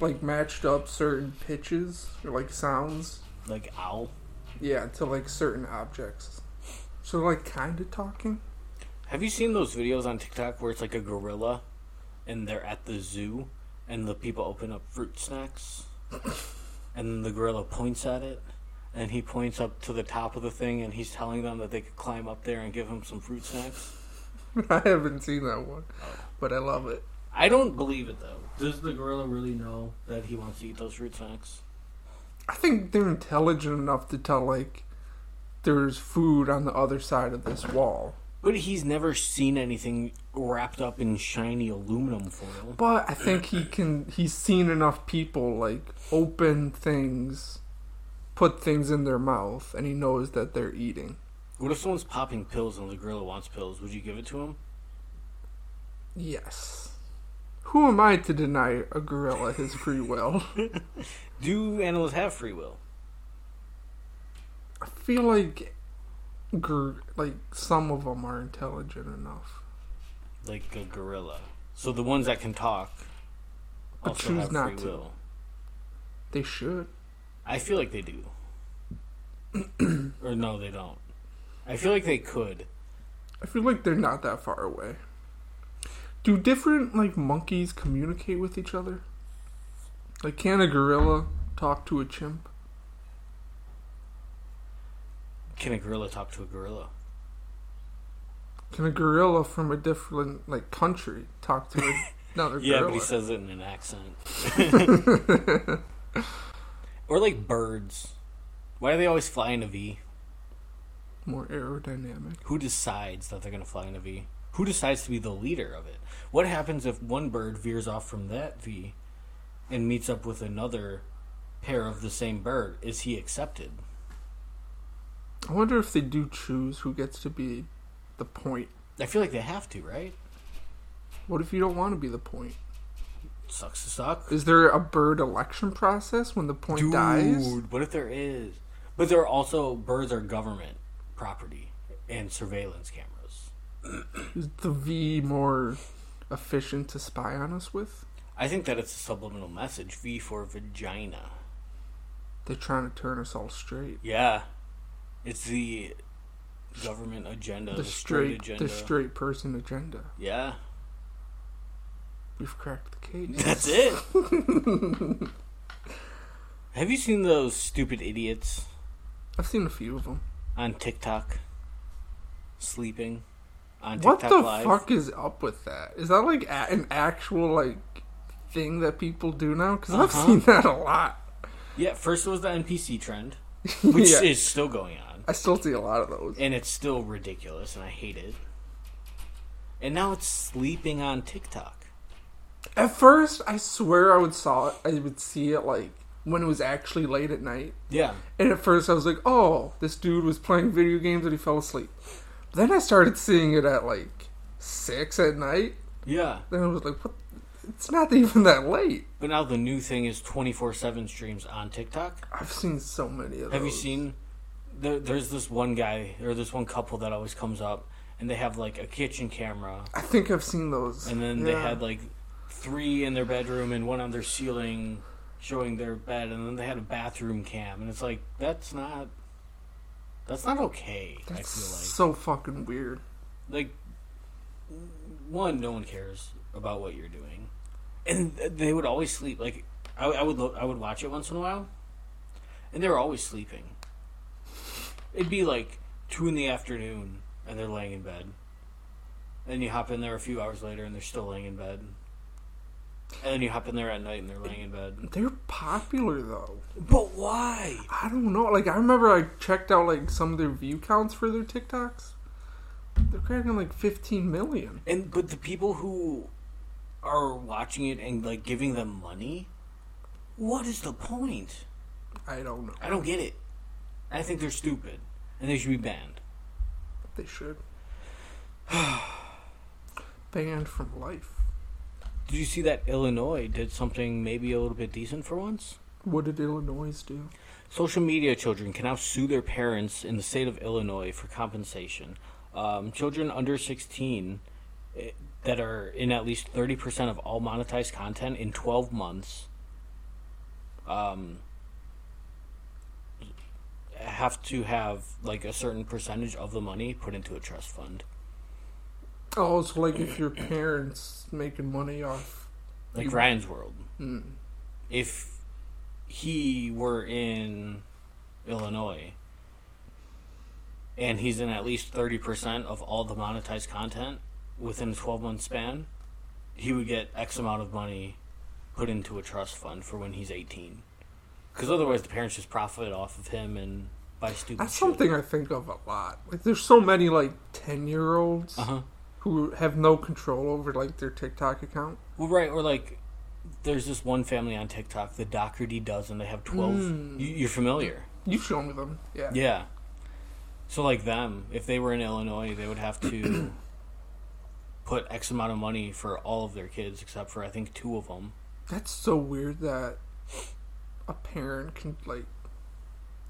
S2: like, matched up certain pitches or, like, sounds.
S1: Like owl.
S2: Yeah, to, like, certain objects. So, they're, like, kind of talking? *laughs*
S1: Have you seen those videos on TikTok where it's like a gorilla and they're at the zoo and the people open up fruit *coughs* snacks and the gorilla points at it and he points up to the top of the thing and he's telling them that they could climb up there and give him some fruit snacks?
S2: I haven't seen that one, but I love it.
S1: I don't believe it though. Does the gorilla really know that he wants to eat those fruit snacks?
S2: I think they're intelligent enough to tell like there's food on the other side of this wall.
S1: But he's never seen anything wrapped up in shiny aluminum foil.
S2: But I think he can he's seen enough people like open things, put things in their mouth and he knows that they're eating.
S1: What if someone's popping pills and the gorilla wants pills? Would you give it to him?
S2: Yes. Who am I to deny a gorilla his free will? *laughs*
S1: Do animals have free will?
S2: I feel like gor- like some of them are intelligent enough,
S1: like a gorilla. So the ones that can talk
S2: But
S1: also
S2: choose
S1: have
S2: not
S1: free
S2: to.
S1: will.
S2: they should.
S1: I feel like they
S2: *clears throat*
S1: do. or no, they don't. I feel like they could.
S2: I feel like they're not that far away. Do different like monkeys communicate with each other? Like can a gorilla talk to a chimp?
S1: Can a gorilla talk to a gorilla?
S2: Can a gorilla from a different like country talk to
S1: *laughs*
S2: another
S1: Yeah,
S2: gorilla?
S1: but he says it in an
S2: *laughs*
S1: accent. or like birds. Why do they always fly in a V?
S2: More aerodynamic.
S1: Who decides that they're going to fly in a V? Who decides to be the leader of it? What happens if one bird veers off from that V and meets up with another pair of the same bird? Is he accepted?
S2: I wonder if they do choose who gets to be the point.
S1: I feel like they have to, right?
S2: What if you don't want to be the point?
S1: Sucks to suck.
S2: Is there a bird election process when the point dies?
S1: what if there is? But there are also birds are government property and surveillance cameras.
S2: Is the V more efficient to spy on us with?
S1: I think that it's a subliminal message. V for vagina.
S2: They're trying to turn us all straight.
S1: Yeah, it's the government agenda,
S2: the straight,
S1: agenda.
S2: the straight person agenda.
S1: yeah,
S2: We've cracked the case.
S1: *laughs* that's it. Have you seen those stupid idiots
S2: I've seen a few of them.
S1: on TikTok sleeping on
S2: what
S1: TikTok
S2: the
S1: Live?
S2: fuck is up with that? Is that like a- an actual like thing that people do now? Because I've
S1: Uh-huh.
S2: seen that a lot.
S1: Yeah, first it was the NPC
S2: *laughs*
S1: trend, which
S2: Yeah.
S1: is still going on,
S2: I still see a lot of those.
S1: and it's still ridiculous, and I hate it. And now it's sleeping on TikTok.
S2: At first, I swear I would saw it. I would see it like when it was actually late at night.
S1: Yeah,
S2: And at first, I was like, "Oh, this dude was playing video games and he fell asleep." Then I started seeing it at like six at night.
S1: yeah.
S2: Then I was like, "What? It's not even that late."
S1: But now the new thing is twenty four seven streams on TikTok.
S2: I've seen so many of those.
S1: Have you seen? There, there's this one guy or this one couple that always comes up, and they have like a kitchen camera,
S2: I think I've seen those.
S1: and then they
S2: Yeah.
S1: had like three in their bedroom and one on their ceiling, showing their bed, and then they had a bathroom cam, and it's like that's not That's not okay. I
S2: That's
S1: feel
S2: so fucking weird.
S1: like, like one, no one cares about what you're doing, and th- they would always sleep. Like I, I would, lo- I would watch it once in a while, and they were always sleeping. It'd be like two in the afternoon, and they're laying in bed. Then you hop in there a few hours later, and they're still laying in bed. And then you hop in there at night, and they're laying in bed.
S2: They're popular though.
S1: But why?
S2: I don't know. Like I remember I checked out like some of their view counts for their TikToks. They're cracking like 15 million.
S1: And but the people who are watching it and like giving them money, what is the point?
S2: I don't know.
S1: I don't get it. I think they're stupid and they should be banned.
S2: They should. *sighs* Banned from life.
S1: Did you see that Illinois did something maybe a little bit decent for once?
S2: What did Illinois do?
S1: Social media children can now sue their parents in the state of Illinois for compensation. Um, children under 16 eh, that are in at least 30% of all monetized content in 12 months um, have to have like a certain percentage of the money put into a trust fund.
S2: Oh, so like if your parents making money off Mm-hmm.
S1: Like Ryan's World.
S2: mm,
S1: if he were in Illinois and he's in at least 30% of all the monetized content within a 12 month span, he would get X amount of money put into a trust fund for when he's 18. Because otherwise, the parents just profit off of him and buy stupid
S2: That's
S1: shit.
S2: something I think of a lot. Like, there's so many like ten year olds
S1: Uh huh.
S2: who have no control over like their TikTok account.
S1: Well, right, or like. There's this one family on TikTok, the Doherty does, and they have 12.
S2: Mm.
S1: You, you're familiar.
S2: You've shown me them, yeah.
S1: Yeah. So like them, if they were in Illinois, they would have *clears throat* to put X amount of money for all of their kids, except for I think two of them.
S2: That's so weird that a parent can like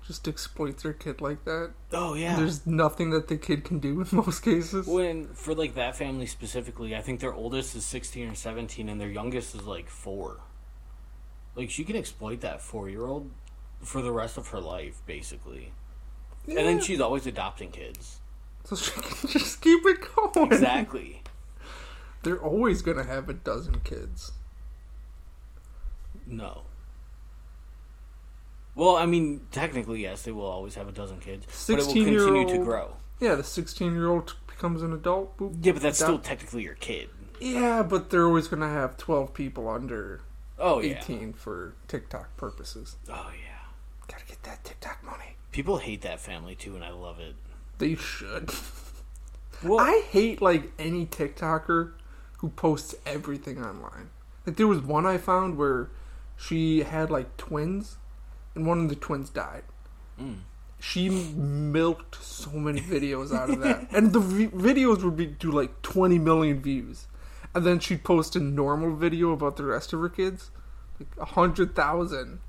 S2: just exploit their kid like that.
S1: Oh yeah.
S2: There's nothing that the kid can do in *laughs* most cases.
S1: when for like that family specifically, I think their oldest is sixteen or seventeen, and their youngest is like four. Like she can exploit that four-year-old for the rest of her life, basically, and then
S2: Yeah.
S1: she's always adopting kids.
S2: so she can *laughs* just keep it going. *laughs*
S1: Exactly. *laughs*
S2: They're always gonna have a dozen kids.
S1: No. Well, I mean, technically, yes, they will always have a dozen kids, but it will
S2: 16 year
S1: continue to
S2: old.
S1: grow.
S2: Yeah, the sixteen year old becomes an adult. Boop.
S1: Yeah, but that's still
S2: Adopt-
S1: technically your kid.
S2: Yeah, but they're always gonna have twelve people under
S1: Oh yeah.
S2: 18 for TikTok purposes.
S1: Oh yeah.
S2: Gotta get that TikTok money.
S1: People hate that family too, and I love it.
S2: They should. *laughs*
S1: Well,
S2: I hate like any TikToker who posts everything online. Like there was one I found where she had like twins, and one of the twins died.
S1: Mm.
S2: She milked so
S1: *laughs*
S2: many videos out of that, and the v- videos would be do like 20 million views, and then she'd post a normal video about the rest of her kids, like a hundred thousand.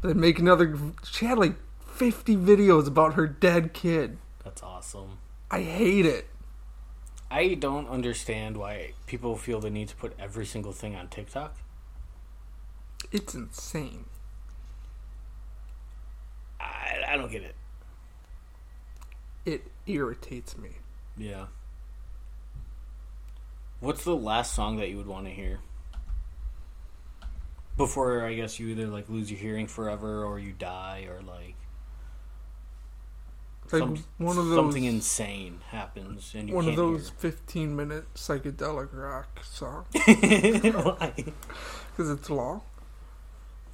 S2: Then make another. She had like 50 videos about her dead kid.
S1: that's awesome.
S2: I hate it.
S1: I don't understand why people feel the need to put every single thing on TikTok.
S2: It's insane.
S1: I, I don't get it.
S2: It irritates me.
S1: Yeah. What's the last song that you would want to hear? Before I guess you either like lose your hearing forever or you die or like,
S2: Like
S1: some-
S2: one of those
S1: something insane happens and you
S2: one
S1: can't
S2: of those 15 minute psychedelic rock song
S1: hear. Why?
S2: because it's long.
S1: *laughs*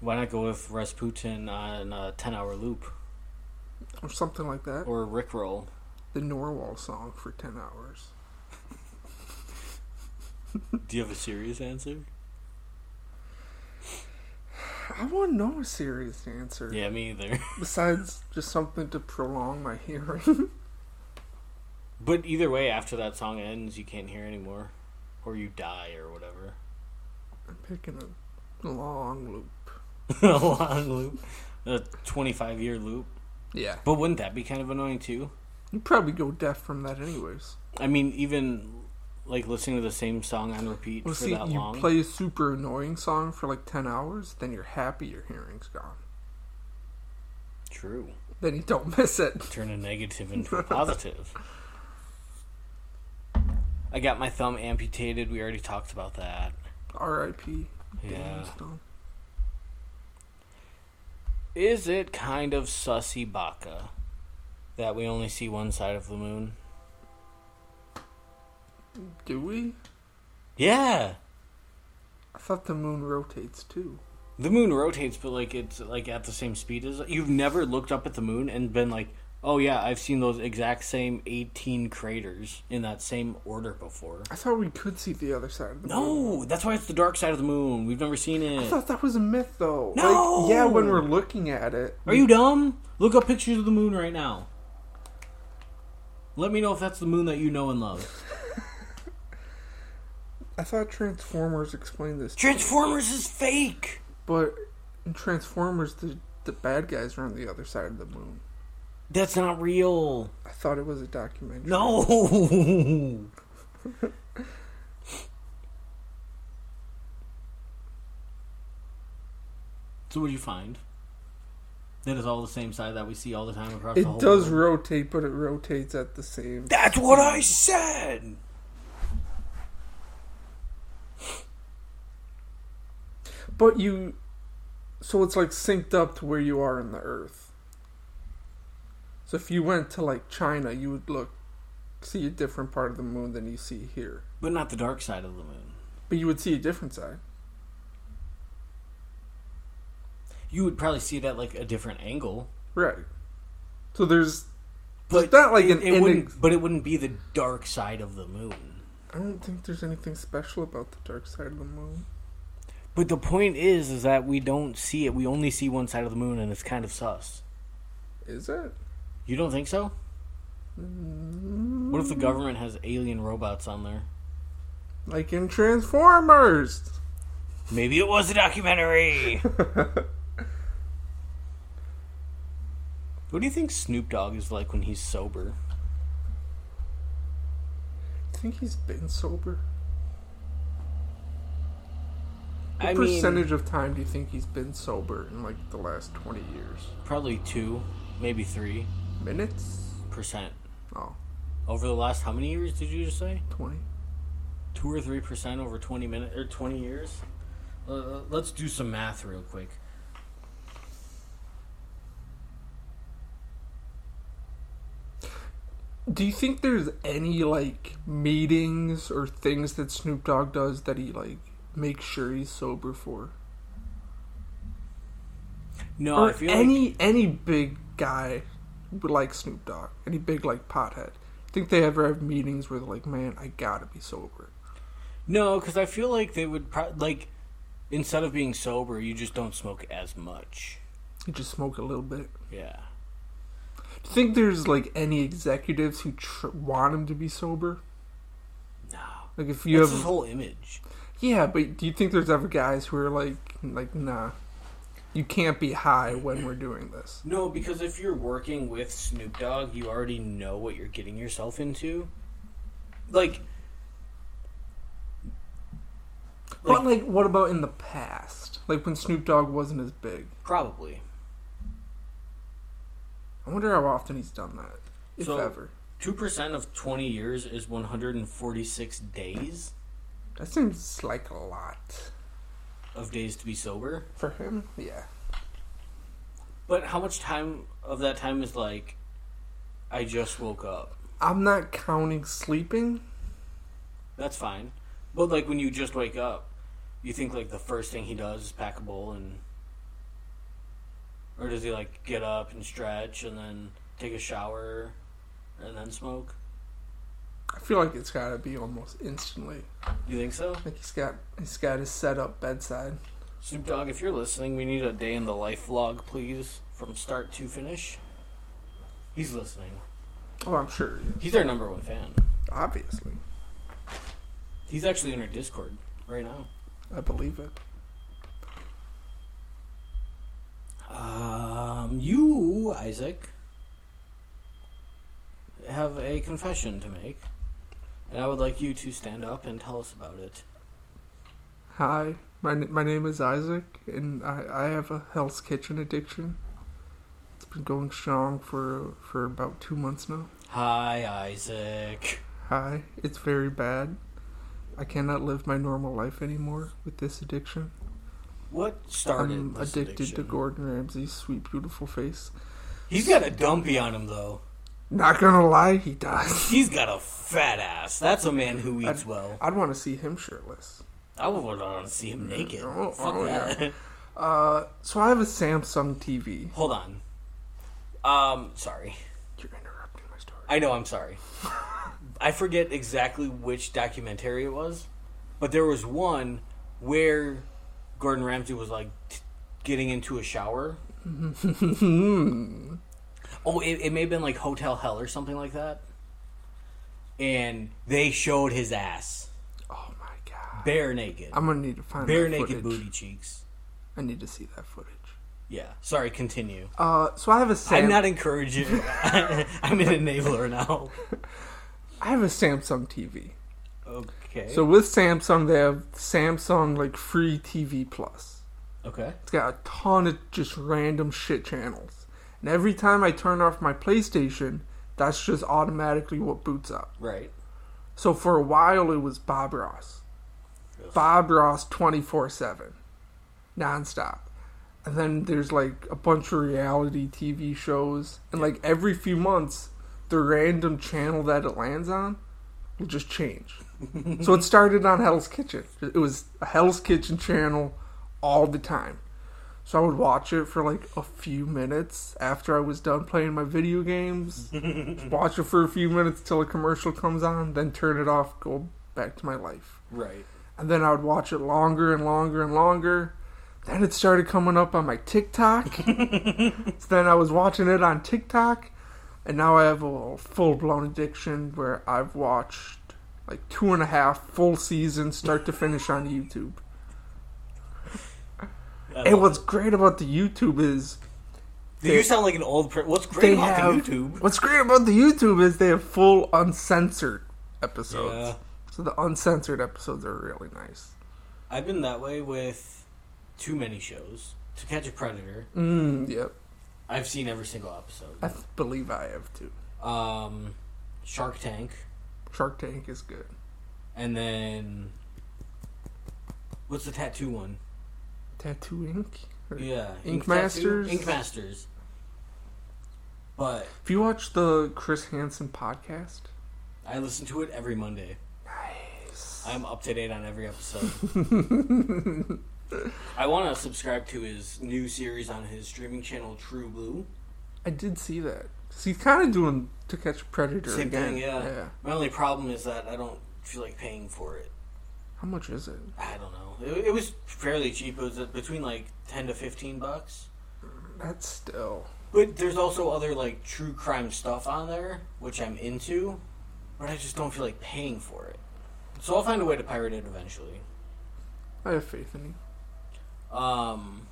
S1: Why not go with Rasputin on a 10 hour loop
S2: Or something like that.
S1: or Rickroll?
S2: The Norwal song for 10 hours.
S1: Do you have a serious answer?
S2: I want to know a serious answer.
S1: Yeah, me either. *laughs*
S2: Besides just something to prolong my hearing. *laughs*
S1: But either way, after that song ends, you can't hear anymore. Or you die or whatever.
S2: I'm picking a long loop.
S1: *laughs* a long loop. A 25 year loop.
S2: Yeah.
S1: But wouldn't that be kind of annoying too?
S2: You'd probably go deaf from that, anyways.
S1: I mean, even like listening to the same song on repeat
S2: Well,
S1: for
S2: see,
S1: that
S2: you
S1: long.
S2: play a super annoying song for like 10 hours, then you're happy your hearing's gone.
S1: True.
S2: then you don't *laughs* miss it.
S1: Turn a negative into a
S2: *laughs*
S1: positive. I got my thumb amputated. We already talked about that.
S2: R.I.P.
S1: Yeah.
S2: Tombstone.
S1: Is it kind of sussy baka that we only see one side of the moon?
S2: Do we?
S1: Yeah.
S2: I thought the moon rotates too.
S1: The moon rotates, but like it's like at the same speed as you've never looked up at the moon and been like, "Oh yeah, I've seen those exact same eighteen craters in that same order before."
S2: I thought we could see the other side of the moon.
S1: No, that's why it's the dark side of the moon. We've never seen
S2: I
S1: it.
S2: thought that was a myth though.
S1: No!
S2: Like, yeah, when we're looking at it.
S1: Are you dumb? Look up pictures of the moon right now. Let me know if that's the moon that you know and love.
S2: I thought Transformers explained this. to us,
S1: Transformers is fake.
S2: But in Transformers, the, the bad guys are on the other side of the moon.
S1: That's not real.
S2: I thought it was a documentary.
S1: No. *laughs* so what do you find? That is all the same side that we see all the time across the whole
S2: It does
S1: world.
S2: rotate, but it rotates at the same.
S1: That's what I said.
S2: But you. So it's like synced up to where you are in the Earth. So if you went to like China, you would look. See a different part of the moon than you see here.
S1: But not the dark side of the moon.
S2: But you would see a different side.
S1: You would probably see it at like a different angle.
S2: Right. So there's.
S1: But
S2: It's not like an
S1: it
S2: inex-
S1: wouldn't, but it wouldn't be the dark side of the moon.
S2: I don't think there's anything special about the dark side of the moon.
S1: But the point is, is that we don't see it. We only see one side of the moon, and it's kind of sus.
S2: Is it?
S1: You don't think so? What if the government has alien robots on there?
S2: Like in Transformers!
S1: Maybe it was a
S2: *laughs*
S1: documentary. what do you think Snoop Dogg is like when he's sober?
S2: I think he's been sober. What
S1: I mean,
S2: percentage of time do you think he's been sober in like the last 20 years?
S1: probably two, maybe three
S2: Minutes?
S1: percent.
S2: Oh,
S1: Over the last how many years did you just say?
S2: 20.
S1: two or three percent over twenty minutes or twenty years. Uh, let's do some math real quick.
S2: Do you think there's any like meetings or things that Snoop Dogg does that he like makes sure he's sober for?
S1: No,
S2: Or
S1: I feel like
S2: any any big guy would like Snoop Dogg, any big like pothead. Think they ever have meetings where they're like, man, I gotta be sober.
S1: no, because I feel like they would pro- like instead of being sober, you just don't smoke as much.
S2: You just smoke a little bit.
S1: Yeah,
S2: Do you think there's like any executives who tr- want him to be sober?
S1: no,
S2: Like if you
S1: you
S2: have,
S1: his whole image.
S2: yeah, but do you think there's ever guys who are like, like nah, you can't be high when we're doing this?
S1: No, because if you're working with Snoop Dogg, you already know what you're getting yourself into. Like,
S2: but like, what about in the past? Like when Snoop Dogg wasn't as big.
S1: probably
S2: I wonder how often he's done that, if
S1: So-
S2: ever.
S1: two percent of twenty years is one hundred and forty-six days
S2: That seems like a lot
S1: of days to be sober.
S2: for him. Yeah.
S1: But how much time of that time is like, I just woke up?
S2: I'm not counting sleeping.
S1: That's fine. But like when you just wake up, you think like the first thing he does is pack a bowl and. Or does he like get up and stretch and then take a shower and then smoke?
S2: I feel like it's gotta be almost instantly.
S1: You think so?
S2: Like he's got he's got his setup bedside.
S1: Snoop Dogg, if you're listening, we need a day in the life vlog, please, from start to finish. He's listening.
S2: Oh, I'm sure. yeah.
S1: He's our number one fan.
S2: Obviously,
S1: He's actually in our Discord right now.
S2: I believe it.
S1: Um, you, Isaac, have a confession to make, and I would like you to stand up and tell us about it.
S2: Hi, my n- my name is Isaac, and I I have a Hell's Kitchen addiction. It's been going strong for for about two months now.
S1: Hi, Isaac.
S2: Hi, it's very bad. I cannot live my normal life anymore with this addiction.
S1: What started
S2: I'm
S1: this
S2: addicted to
S1: addiction?
S2: Gordon Ramsay's sweet, beautiful face.
S1: He's got a dumpy on him though.
S2: Not gonna lie, he does. *laughs*
S1: He's got a fat ass. That's a man who eats
S2: I'd-
S1: well.
S2: I'd want to see him shirtless.
S1: I would want to see him naked.
S2: Oh,
S1: Fuck
S2: oh,
S1: that. *laughs*
S2: Uh, so I have a Samsung TV.
S1: Hold on. Um, sorry.
S2: You're interrupting my story.
S1: I know. I'm sorry. *laughs* I forget exactly which documentary it was, but there was one where Gordon Ramsay was like t- getting into a
S2: *laughs*
S1: shower. oh, it, it may have been like Hotel Hell or something like that. And they showed his ass,
S2: Oh my god.
S1: bare naked,
S2: I'm gonna need to find
S1: bare
S2: that
S1: naked
S2: footage.
S1: booty cheeks.
S2: I need to see that footage.
S1: Yeah. Sorry. Continue.
S2: Uh, so I have a Sam-
S1: I'm not encouraging. *laughs* I'm an enabler
S2: *laughs*
S1: now.
S2: I have a Samsung TV.
S1: Okay.
S2: So with Samsung, they have Samsung like free TV Plus.
S1: okay.
S2: It's got a ton of just random shit channels, and every time I turn off my PlayStation, that's just automatically what boots up.
S1: Right.
S2: So for a while, it was Bob Ross.
S1: Ugh.
S2: Bob Ross 24 7, nonstop. And then there's like a bunch of reality TV shows. And like every few months, the random channel that it lands on will just change. so it started on Hell's Kitchen. It was a Hell's Kitchen channel all the time. So I would watch it for like a few minutes after I was done playing my video games. Just watch it for a few minutes till a commercial comes on, then turn it off, go back to my life.
S1: Right.
S2: And then I would watch it longer and longer and longer. Then it started coming up on my TikTok. so then I was watching it on TikTok. And now I have a full blown addiction where I've watched like two and a half full seasons start to finish on YouTube.
S1: I
S2: And
S1: love
S2: what's great about the YouTube is
S1: Dude, you sound like an old person. What's great
S2: they
S1: about
S2: have
S1: the YouTube?
S2: What's great about the YouTube is they have full uncensored episodes.
S1: Yeah.
S2: So the uncensored episodes are really nice.
S1: I've been that way with too many shows. To Catch a Predator,
S2: Mm, yep.
S1: I've seen every single episode.
S2: I th- believe I have too.
S1: Um, Shark Tank,
S2: Shark Tank is good.
S1: and then what's the tattoo one?
S2: Tattoo Ink. Or-
S1: Yeah,
S2: Ink
S1: Tattoo?
S2: Masters?
S1: Ink Masters. But
S2: If you watch the Chris Hansen podcast,
S1: I listen to it every Monday.
S2: nice.
S1: I'm up to date on every
S2: *laughs*
S1: episode. I want to subscribe to his new series on his streaming channel, True Blue.
S2: I did see that. 'Cause he's kind of doing To Catch a Predator
S1: Same
S2: again.
S1: thing, yeah.
S2: yeah.
S1: My only problem is that I don't feel like paying for it.
S2: How much is it?
S1: I don't know. It, it was fairly cheap. It was uh, between like ten to fifteen bucks.
S2: That's still.
S1: But there's also other like true crime stuff on there, which I'm into, but I just don't feel like paying for it. So I'll find a way to pirate it eventually.
S2: I have faith in you.
S1: Um,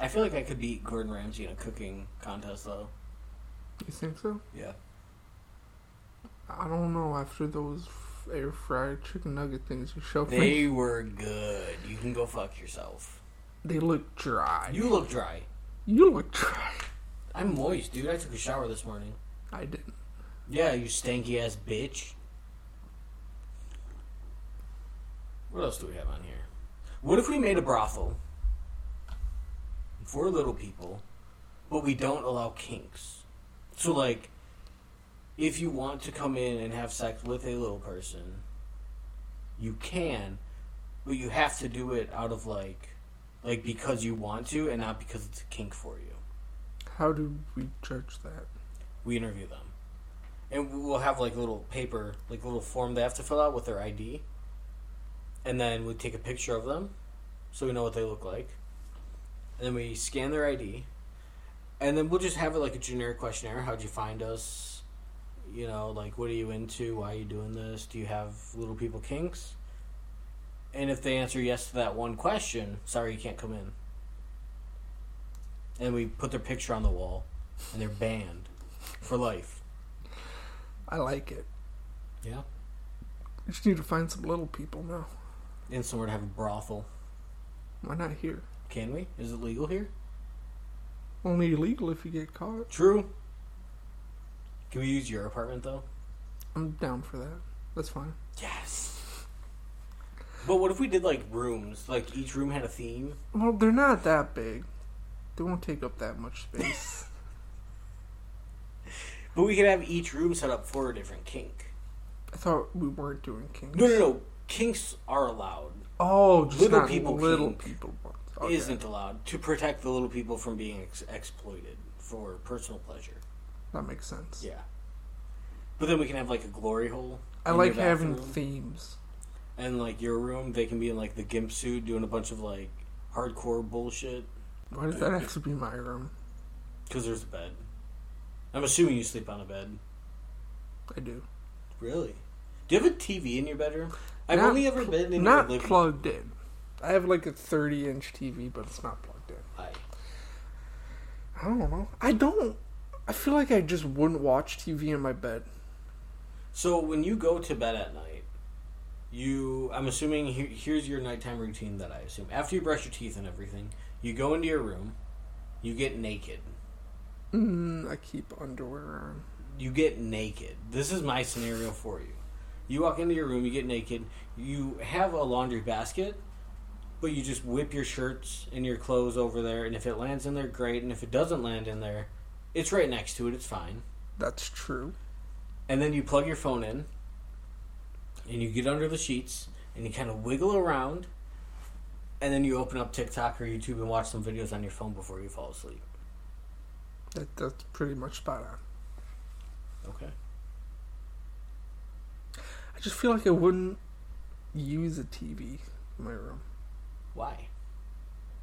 S1: I feel like I could beat Gordon Ramsay in a cooking contest, though.
S2: You think so?
S1: Yeah.
S2: I don't know. After those f- air fried chicken nugget things you showed me.
S1: They were good. You can go fuck yourself.
S2: They look dry. You,
S1: You look dry.
S2: look dry.
S1: I'm moist, dude. I took a shower this morning.
S2: I didn't.
S1: Yeah, you stanky ass bitch. What else do we have on here? What if we made a brothel for little people, but we don't allow kinks? So, like, if you want to come in and have sex with a little person, you can, but you have to do it out of like, like because you want to and not because it's a kink for you
S2: How do we judge that?
S1: we interview them and we'll have like little paper like little form they have to fill out with their id and then we take a picture of them so we know what they look like and then we scan their id and then we'll just have it like a generic questionnaire how'd you find us you know like what are you into why are you doing this do you have little people kinks and if they answer yes to that one question sorry you can't come in and we put their picture on the wall and they're banned for life.
S2: I like it.
S1: Yeah.
S2: We just need to find some little people now.
S1: And somewhere to have a brothel.
S2: Why not here?
S1: Can we? Is it legal here?
S2: Only illegal if you get caught.
S1: True. Can we use your apartment though?
S2: I'm down for that. That's fine.
S1: Yes. But what if we did like rooms? Like each room had a
S2: *laughs*
S1: theme.
S2: Well, they're not that big. They won't take up that much space.
S1: But we could have each room set up for a different kink.
S2: I thought we weren't doing kings.
S1: No, no, no. Kinks are allowed.
S2: Oh, just
S1: Little
S2: not
S1: people
S2: little
S1: kink
S2: people ones. Okay.
S1: Isn't allowed to protect the little people from being ex- exploited for personal pleasure.
S2: That makes sense.
S1: Yeah. But then we can have like a glory hole.
S2: I
S1: in
S2: like
S1: your
S2: having
S1: bathroom.
S2: themes.
S1: and like your room, they can be in like the gimp suit doing a bunch of like hardcore bullshit
S2: Why does that actually be my room?
S1: because there's a bed. I'm assuming you sleep on a bed.
S2: I do.
S1: Really? Do you have a TV in your bedroom? I've
S2: Not
S1: only ever
S2: pl-
S1: been in
S2: not
S1: your living
S2: plugged in. I have like a 30 inch TV, but it's not plugged in.
S1: Aye.
S2: I don't know. I don't. I feel like I just wouldn't watch TV in my bed.
S1: So when you go to bed at night, you I'm assuming here, here's your nighttime routine that I assume. After you brush your teeth and everything, you go into your room, you get naked.
S2: Mm, I keep underwear on.
S1: You get naked. This is my scenario for you. You walk into your room, you get naked, you have a laundry basket, but you just whip your shirts and your clothes over there and if it lands in there great and if it doesn't land in there, it's right next to it, it's fine.
S2: That's true.
S1: And then you plug your phone in, and you get under the sheets, and you kind of wiggle around, and then you open up TikTok or YouTube and watch some videos on your phone before you fall asleep.
S2: That, that's pretty much spot on.
S1: Okay.
S2: I just feel like I wouldn't use a TV in my room.
S1: Why?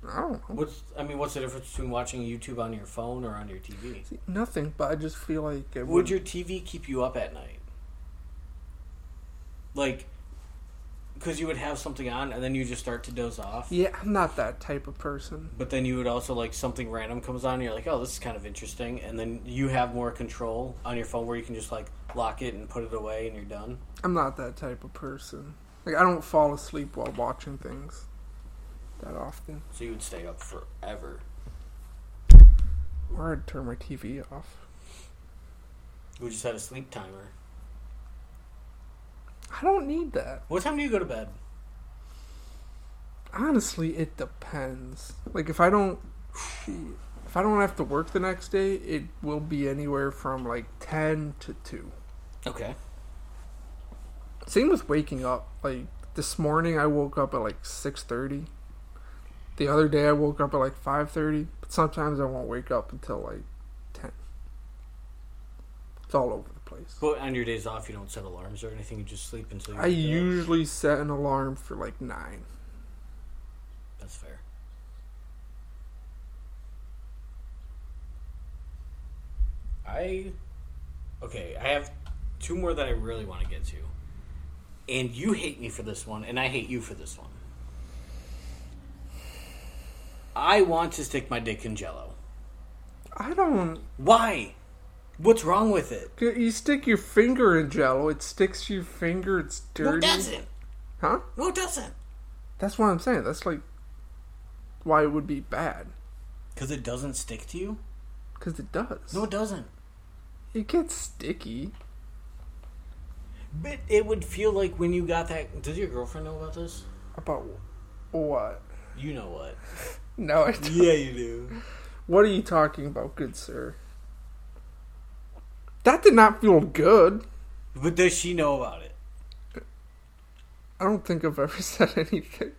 S2: I don't know.
S1: What's I mean, what's the difference between watching YouTube on your phone or on your TV?
S2: See, nothing, but I just feel like I
S1: Would
S2: wouldn't-
S1: your TV keep you up at night? Like, because you would have something on, and then you just start to doze off.
S2: Yeah, I'm not that type of person.
S1: But then you would also like something random comes on, and you're like, oh, this is kind of interesting. And then you have more control on your phone where you can just like lock it and put it away and you're done.
S2: I'm not that type of person. Like I don't fall asleep while watching things that often.
S1: So you would stay up forever.
S2: Or I'd turn my TV off.
S1: You would just had a sleep timer.
S2: I don't need that.
S1: What time do you go to bed?
S2: Honestly, it depends. Like if I don't if I don't have to work the next day, it will be anywhere from like 10 to 2.
S1: Okay.
S2: Same with waking up. Like this morning I woke up at like 6:30. The other day I woke up at like 5:30, but sometimes I won't wake up until like 10. It's all over the place.
S1: But on your days off, you don't set alarms or anything. You just sleep until you.
S2: I
S1: wake up.
S2: usually set an alarm for like 9.
S1: That's fair. I. Okay, I have two more that I really want to get to. And you hate me for this one, and I hate you for this one. I want to stick my dick in jello.
S2: I don't
S1: Why? What's wrong with it?
S2: you stick your finger in jello, it sticks to your finger, it's
S1: No, it
S2: dirty.
S1: doesn't.
S2: Huh?
S1: No, it doesn't.
S2: That's what I'm saying. That's like why it would be bad
S1: Because it doesn't stick to you?
S2: cuz it does.
S1: No, it doesn't.
S2: it gets sticky.
S1: But it would feel like when you got that. Does your girlfriend know about this?
S2: About what?
S1: You know what.
S2: No, I don't.
S1: *laughs* Yeah, you do.
S2: What are you talking about, good sir? That did not feel good.
S1: But does she know about it?
S2: I don't think I've ever *laughs* said anything.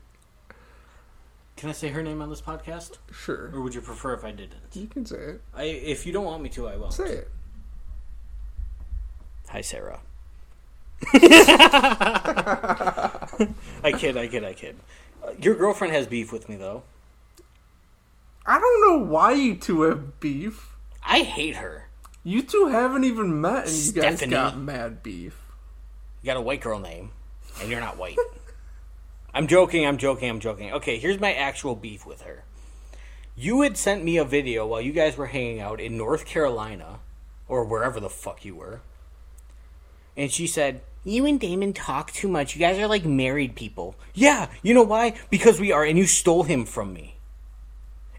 S1: Can I say her name on this podcast,
S2: Sure.
S1: or would you prefer if I didn't?
S2: You can say it.
S1: I, if you don't want me to, I won't.
S2: Say it.
S1: Hi,
S2: *laughs*
S1: Sarah. *laughs* I kid, I kid, I kid. Uh, your girlfriend has beef with me, though.
S2: I don't know why you two have beef.
S1: I hate her.
S2: You two haven't even met and you guys
S1: Stephanie.
S2: got mad beef.
S1: You got a white girl name, and you're not white. I'm joking, I'm joking, I'm joking. Okay, here's my actual beef with her. You had sent me a video while you guys were hanging out in North Carolina, or wherever the fuck you were, and she said, You and Damon talk too much. You guys are like married people. Yeah, you know why? Because we are, and you stole him from me.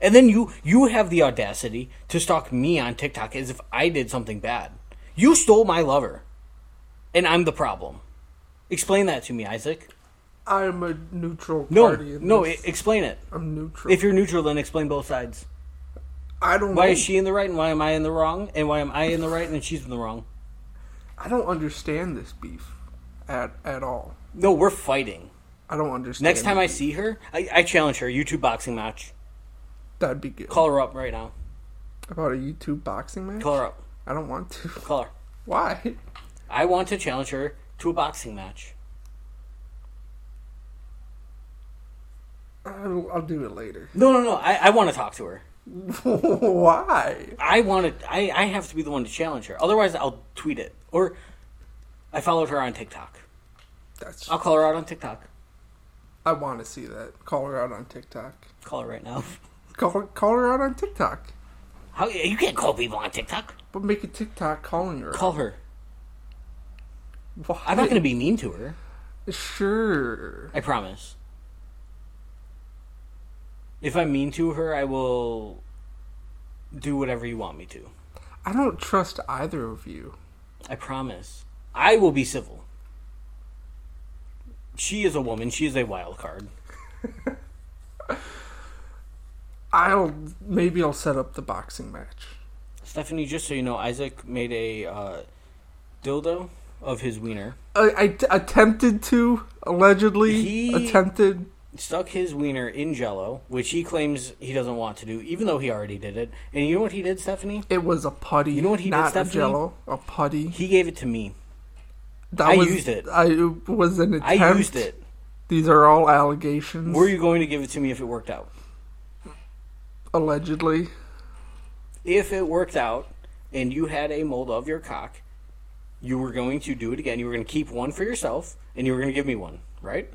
S1: And then you you have the audacity to stalk me on TikTok as if I did something bad. You stole my lover. And I'm the problem. Explain that to me, Isaac.
S2: I'm a neutral
S1: No,
S2: party. In
S1: no, e-
S2: this.
S1: explain it.
S2: I'm neutral.
S1: If you're neutral, then explain both sides.
S2: I don't.
S1: Why
S2: know.
S1: is she in the right and why am I in the wrong? And why am I in the right and she's in the wrong?
S2: I don't understand this beef at at all.
S1: No, we're fighting.
S2: I don't understand.
S1: Next time
S2: it.
S1: I see her, I, I challenge her. YouTube boxing match.
S2: that'd be good.
S1: Call her up right now.
S2: About a YouTube boxing match.
S1: Call her up.
S2: I don't want to. *laughs*
S1: Call her.
S2: Why?
S1: I want to challenge her to a boxing match.
S2: I'll, I'll do it later. *laughs*
S1: No, no, no. I, I want to talk to her.
S2: Why?
S1: I want to. I, I have to be the one to challenge her. Otherwise, I'll tweet it. Or I followed her on TikTok.
S2: That's.
S1: I'll call her out on TikTok.
S2: I want to see that. Call her out on TikTok.
S1: Call her right now. *laughs*
S2: Call call her out on TikTok,
S1: How you can't call people on TikTok?
S2: but make a TikTok calling her.
S1: Call her.
S2: Why?
S1: I'm not going to be mean to her.
S2: Sure.
S1: I promise. If I'm mean to her, I will do whatever you want me to.
S2: I don't trust either of you.
S1: I promise. I will be civil. She is a woman. She is a wild card.
S2: I'll maybe I'll set up the boxing match.
S1: Stephanie, just so you know, Isaac made a uh, dildo of his wiener,
S2: I, I t- attempted to allegedly
S1: He-
S2: attempted.
S1: stuck his wiener in jello, which he claims he doesn't want to do, even though he already did it. And you know what he did, Stephanie?
S2: It was a putty.
S1: You know what he did,
S2: not a
S1: Stephanie?
S2: jello, a putty.
S1: He gave it to me.
S2: That
S1: I
S2: was,
S1: used it.
S2: I it was an
S1: I
S2: attempt.
S1: used it.
S2: These are all allegations.
S1: Were you going to give it to me if it worked out?
S2: allegedly?
S1: If it worked out and you had a mold of your cock, you were going to do it again. You were going to keep one for yourself and you were going to give me one, right?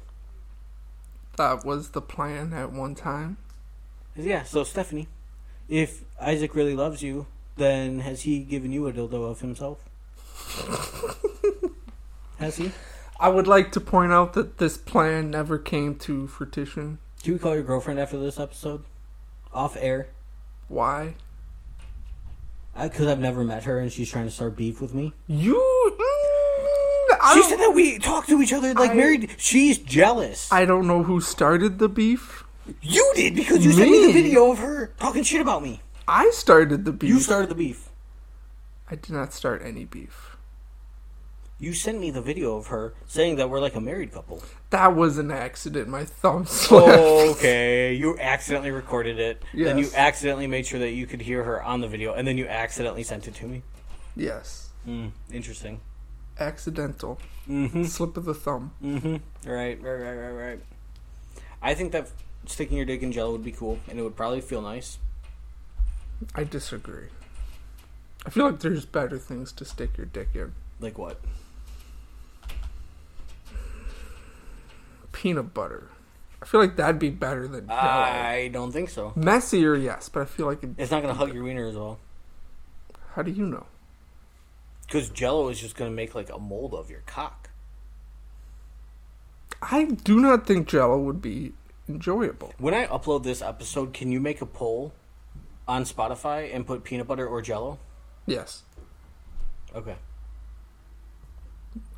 S2: That was the plan at one time.
S1: Yeah, so Stephanie, if Isaac really loves you, then has he given you a dildo of himself? *laughs* has he?
S2: I would like to point out that this plan never came to fruition.
S1: Do we call your girlfriend after this episode? Off air?
S2: Why?
S1: Because I've never met her and she's trying to start beef with me.
S2: You. Mm, I,
S1: She
S2: don't,
S1: said that we talk to each other like
S2: I-
S1: married. She's jealous.
S2: I don't know who started the beef.
S1: you did because you sent me the
S2: Me?
S1: video of her talking shit about me.
S2: I started the beef.
S1: You started the beef.
S2: I did not start any beef.
S1: You sent me the video of her saying that we're like a married couple.
S2: That was an accident. My thumb *laughs*
S1: *laughs*
S2: slipped.
S1: Oh. okay. You accidentally recorded it. Then you
S2: Yes.
S1: accidentally made sure that you could hear her on the video, and then you accidentally sent it to me.
S2: Yes.
S1: Mm, interesting.
S2: Accidental. Slip of the thumb.
S1: Mm-hmm. Right, right, right, right, right. I think that sticking your dick in jello would be cool, and it would probably feel nice.
S2: I disagree. I feel like there's better things to stick your dick in.
S1: Like what?
S2: Peanut butter. I feel like that'd be better than jello.
S1: I don't think so.
S2: Messier, yes, but I feel like. It,
S1: It's not going to hug your wiener as well.
S2: how do you know?
S1: Because jello is just going to make like a mold of your cock.
S2: I do not think jello would be enjoyable.
S1: When I upload this episode, can you make a poll on Spotify and put peanut butter or jello?
S2: Yes,
S1: Okay.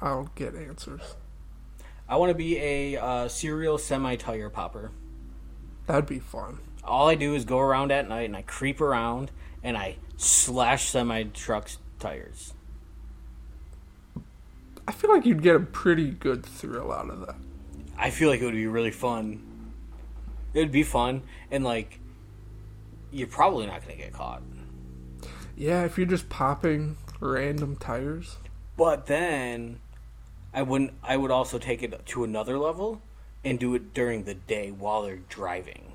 S2: I'll get answers.
S1: I want to be a uh, serial semi tire popper.
S2: That'd be fun.
S1: All I do is go around at night and I creep around and I slash semi trucks' tires.
S2: I feel like you'd get a pretty good thrill out of that.
S1: I feel like it would be really fun. It'd be fun, and like, you're probably not going to get caught.
S2: Yeah, if you're just popping random tires.
S1: But then, I wouldn't. I would also take it to another level and do it during the day while they're driving.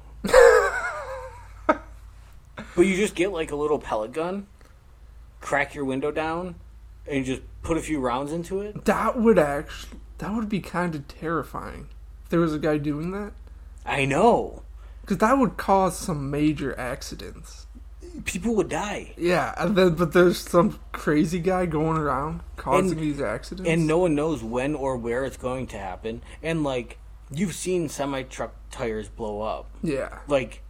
S1: but you just get like a little pellet gun, crack your window down, and just put a few rounds into it.
S2: That would actually that would be kind of terrifying. If there was a guy doing that,
S1: I know
S2: because that would cause some major accidents.
S1: people would die,
S2: Yeah, and then but there's some crazy guy going around causing
S1: And-
S2: these accidents.
S1: and no one knows when or where it's going to happen. And like, you've seen semi truck tires blow up.
S2: yeah,
S1: like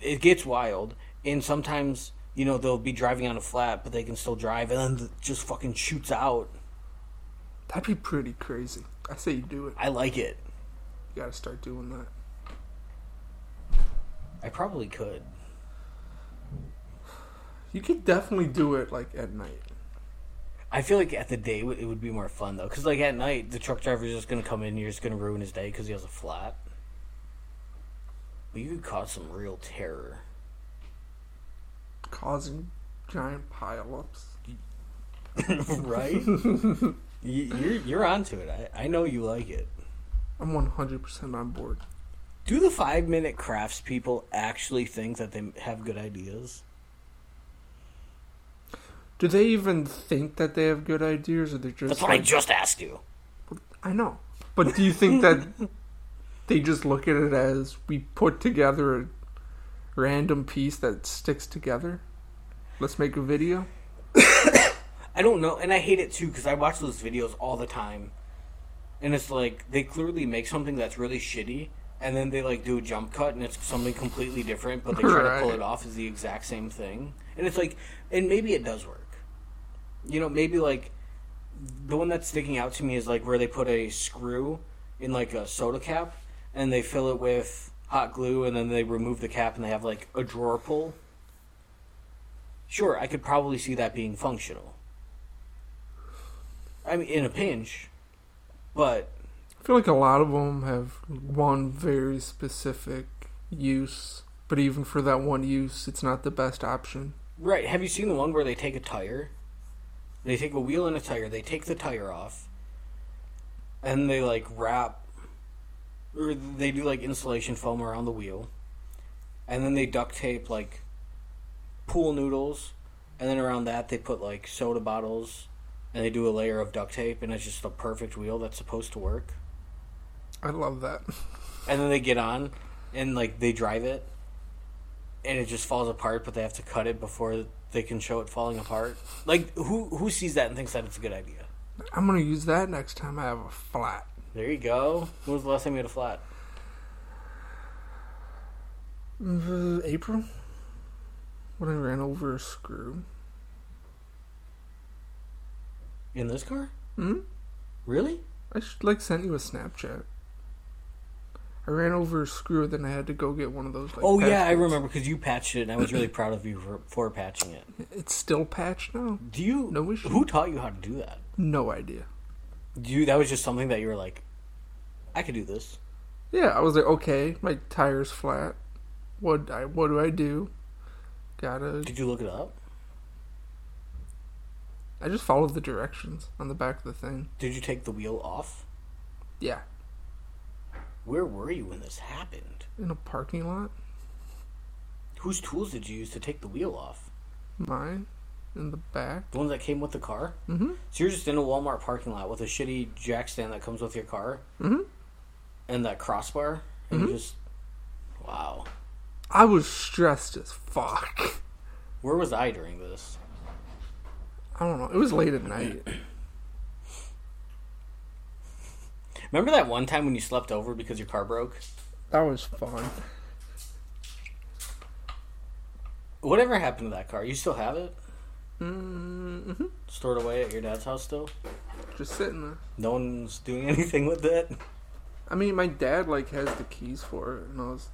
S1: it gets wild, and sometimes you know they'll be driving on a flat, but they can still drive, and then it just fucking shoots out.
S2: That'd be pretty crazy. I say you do it.
S1: I like it.
S2: You gotta start doing that.
S1: I probably could.
S2: You could definitely do it like at night.
S1: I feel like at the day it would- it would be more fun though, because like at night the truck driver's just gonna come in, you're just gonna ruin his day because he has a flat. But you could cause some real terror. *laughs*
S2: Causing giant pileups.
S1: right? You- you're you're onto it. I, I know you like it.
S2: I'm 100% on board.
S1: Do the five minute crafts people actually think that they have good ideas?
S2: Do they even think that they have good ideas or they're just.
S1: That's what I
S2: like-
S1: just asked you.
S2: I know. But do you think *laughs* that they just look at it as we put together a random piece that sticks together? Let's make a video?
S1: I don't know, and I hate it too because I watch those videos all the time, and it's like they clearly make something that's really shitty, and then they like do a jump cut and it's something completely different, but they try to pull
S2: Right.
S1: it off as the exact same thing, and it's like, and maybe it does work, you know, maybe like the one that's sticking out to me is like where they put a screw in like a soda cap and they fill it with hot glue and then they remove the cap and they have like a drawer pull. Sure, I could probably see that being functional. I mean, in a pinch, but
S2: I feel like a lot of them have one very specific use, but even for that one use, it's not the best option.
S1: Right. Have you seen the one where they take a tire? They take a wheel and a tire. They take the tire off, and they like wrap, or they do like insulation foam around the wheel, and then they duct tape like pool noodles, and then around that they put like soda bottles, and they do a layer of duct tape, and it's just a perfect wheel that's supposed to work.
S2: I love that. *laughs*
S1: And then they get on, and like they drive it, and it just falls apart. But they have to cut it before they can show it falling apart. Like who who sees that and thinks that it's a good idea?
S2: I'm gonna use that next time I have a flat.
S1: There you go. When was the last time you had a flat?
S2: Uh, April? When I ran over a screw.
S1: In this car?
S2: Hmm?
S1: Really?
S2: I should like sent you a Snapchat. I ran over a screw, then I had to go get one of those. Like,
S1: oh yeah,
S2: patch
S1: I
S2: bits.
S1: remember because you patched it, and I was really proud of you for, for patching it.
S2: It's still patched now.
S1: Do you?
S2: No issue.
S1: who taught you how to do that?
S2: No idea.
S1: Do you? That was just something that you were like, I could do this.
S2: Yeah, I was like, okay, my tire's flat. What I what do I do? Gotta.
S1: Did you look it up?
S2: I just followed the directions on the back of the thing.
S1: Did you take the wheel off?
S2: Yeah,
S1: Where were you when this happened?
S2: in a parking lot.
S1: Whose tools did you use to take the wheel off?
S2: Mine, in the back.
S1: The ones that came with the car?
S2: Mm-hmm.
S1: So you're just in a Walmart parking lot with a shitty jack stand that comes with your car
S2: Mhm.
S1: and that crossbar, and you just. Wow.
S2: I was stressed as fuck.
S1: Where was I during this?
S2: I don't know. It was late at night.
S1: Remember that one time when you slept over because your car broke?
S2: That was fun.
S1: Whatever happened to that car? You still have it?
S2: Mm-hmm.
S1: Stored away at your dad's house still?
S2: Just sitting there.
S1: No one's doing *laughs* anything with it?
S2: I mean, my dad like has the keys for it, and I was.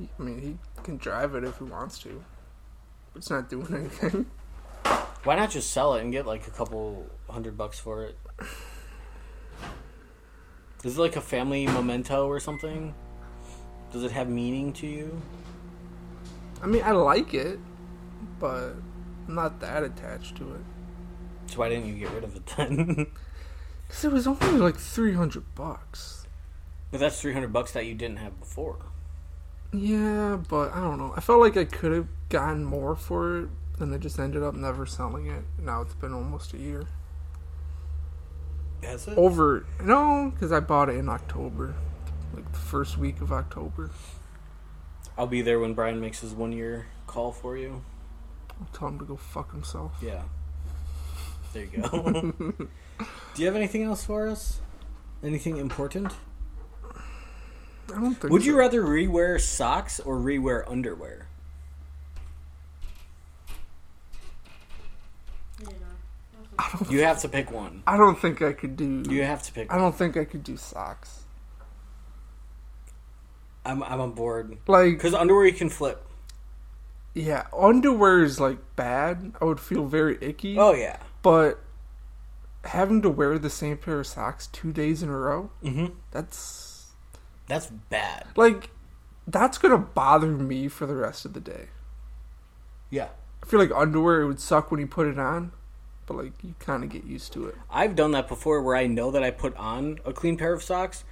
S2: I mean, he can drive it if he wants to, but it's not doing *laughs* anything.
S1: Why not just sell it and get like a couple hundred bucks for it? Is it like a family memento or something? Does it have meaning to you?
S2: I mean, I like it, but I'm not that attached to it.
S1: So why didn't you get rid of it then? *laughs*
S2: Cause it was only like three hundred bucks.
S1: but that's three hundred bucks that you didn't have before.
S2: Yeah, but I don't know. I felt like I could have gotten more for it, and I just ended up never selling it. Now it's been almost a year.
S1: Has it?
S2: Over no, because I bought it in October, like the first week of October.
S1: I'll be there when Brian makes his one year call for you.
S2: I'll tell him to go fuck himself.
S1: Yeah. There you go. *laughs* Do you have anything else for us? Anything important?
S2: I don't think.
S1: Would
S2: so.
S1: you rather rewear socks or rewear underwear?
S2: I don't,
S1: You have to pick one.
S2: I don't think I could do.
S1: You have to pick.
S2: I don't think I could do socks.
S1: I'm I'm on board
S2: Like
S1: because underwear you can flip.
S2: yeah, underwear is like bad. I would feel very icky.
S1: Oh yeah.
S2: but having to wear the same pair of socks two days in a row,
S1: Mm-hmm.
S2: that's
S1: That's bad.
S2: like that's gonna bother me for the rest of the day.
S1: Yeah.
S2: I feel like underwear it would suck when you put it on, but like you kind of get used to it.
S1: I've done that before where I know that I put on a clean pair of socks,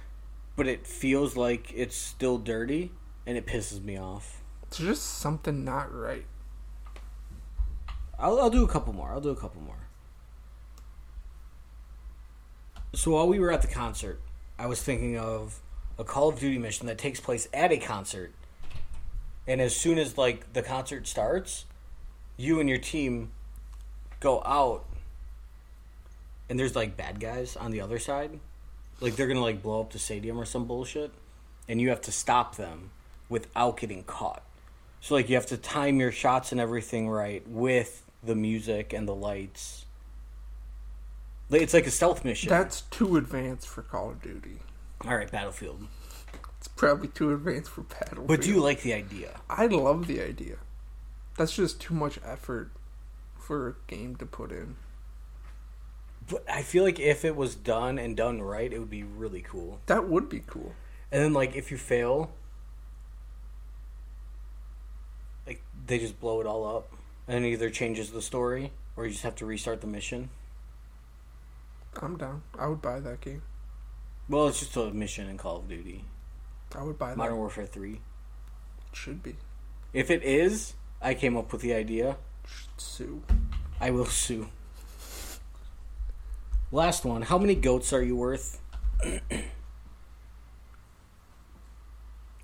S1: but it feels like it's still dirty and it pisses me off.
S2: It's just something not right.
S1: I'll, I'll do a couple more. I'll do a couple more. So while we were at the concert, I was thinking of a Call of Duty mission that takes place at a concert. And as soon as like the concert starts, you and your team go out and there's like bad guys on the other side. Like they're going to like blow up the stadium or some bullshit and you have to stop them without getting caught. So like you have to time your shots and everything right with the music and the lights. Like, It's like a stealth mission.
S2: That's too advanced for Call of Duty.
S1: All right, Battlefield.
S2: It's probably too advanced for Battlefield.
S1: But do you like the idea?
S2: I love the idea. That's just too much effort for a game to put in.
S1: But I feel like if it was done and done right, it would be really cool.
S2: That would be cool.
S1: And then like if you fail, like they just blow it all up, and it either changes the story or you just have to restart the mission.
S2: I'm down. I would buy that game.
S1: Well, it's just a mission in Call of Duty,
S2: I would buy that.
S1: Modern Warfare Three.
S2: It should be.
S1: If it is, I came up with the idea.
S2: Should sue.
S1: I will sue. Last one. How many goats are you worth?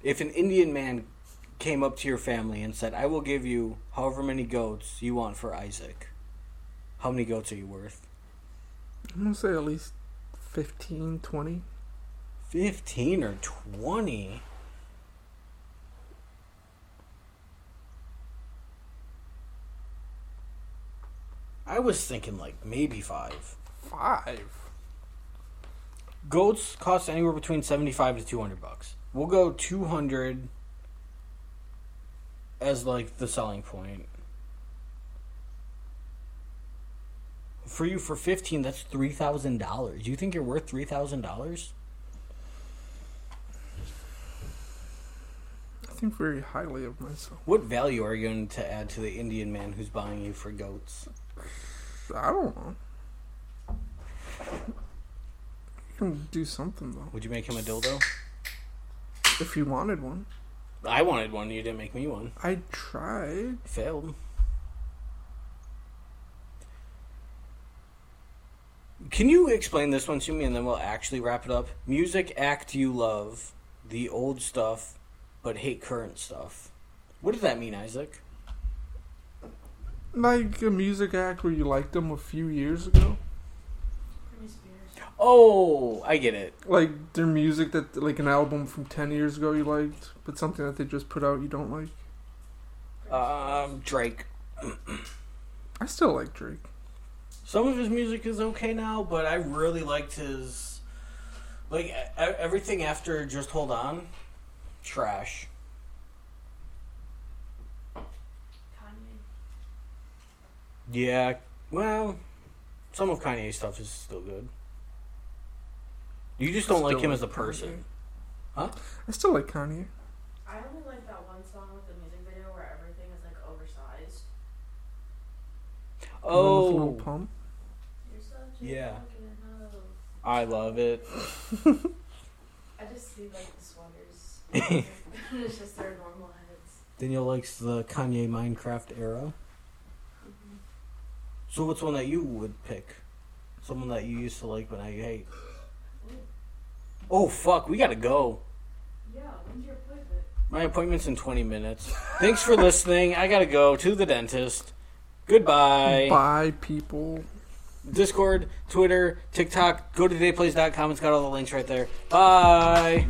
S1: if an Indian man came up to your family and said, I will give you however many goats you want for Isaac, how many goats are you worth?
S2: I'm gonna say at least 15, 20.
S1: 15 or 20? I was thinking like maybe five.
S2: Five.
S1: goats cost anywhere between 75 to 200 bucks we'll go 200 as like the selling point for you for 15 that's $3000 do you think you're worth $3000
S2: I think very highly of myself.
S1: what value are you going to add to the indian man who's buying you for goats
S2: I don't know. You can do something though.
S1: would you make him a dildo
S2: If you wanted one,
S1: i wanted one you didn't make me one
S2: I tried.
S1: Failed. Can you explain this one to me and then we'll actually wrap it up? Music act you love, the old stuff, but hate current stuff. What does that mean, Isaac?
S2: Like a music act where you liked them a few years ago.
S1: Oh, I get it.
S2: Like their music that, like an album from 10 years ago you liked, but something that they just put out you don't like.
S1: Um, Drake.
S2: I still like Drake.
S1: Some of his music is okay now, but I really liked his. Like, e- e- everything after Just Hold On, trash. Yeah, well, some of Kanye's stuff is still good. You just don't like
S2: Still
S1: him
S2: like
S1: as a person. Huh?
S2: I still like Kanye.
S4: I only like that one song with the music video where everything is like oversized.
S2: The one with Lil
S1: Oh,
S2: Pump.
S4: You're such a
S1: Yeah.
S4: fucking hoe.
S1: I love it.
S4: I just see like the sweaters. *laughs* it's just their normal heads.
S1: Daniel likes the Kanye Minecraft era. Mm-hmm. So, what's one that you would pick? Someone that you used to like but now you hate. Oh fuck, we gotta go.
S4: Yeah, when's your appointment?
S1: My appointment's in 20 minutes. Thanks for listening. I gotta go to the dentist. Goodbye.
S2: Bye, people.
S1: Discord, Twitter, TikTok. Go to todayplays.com. It's got all the links right there. Bye.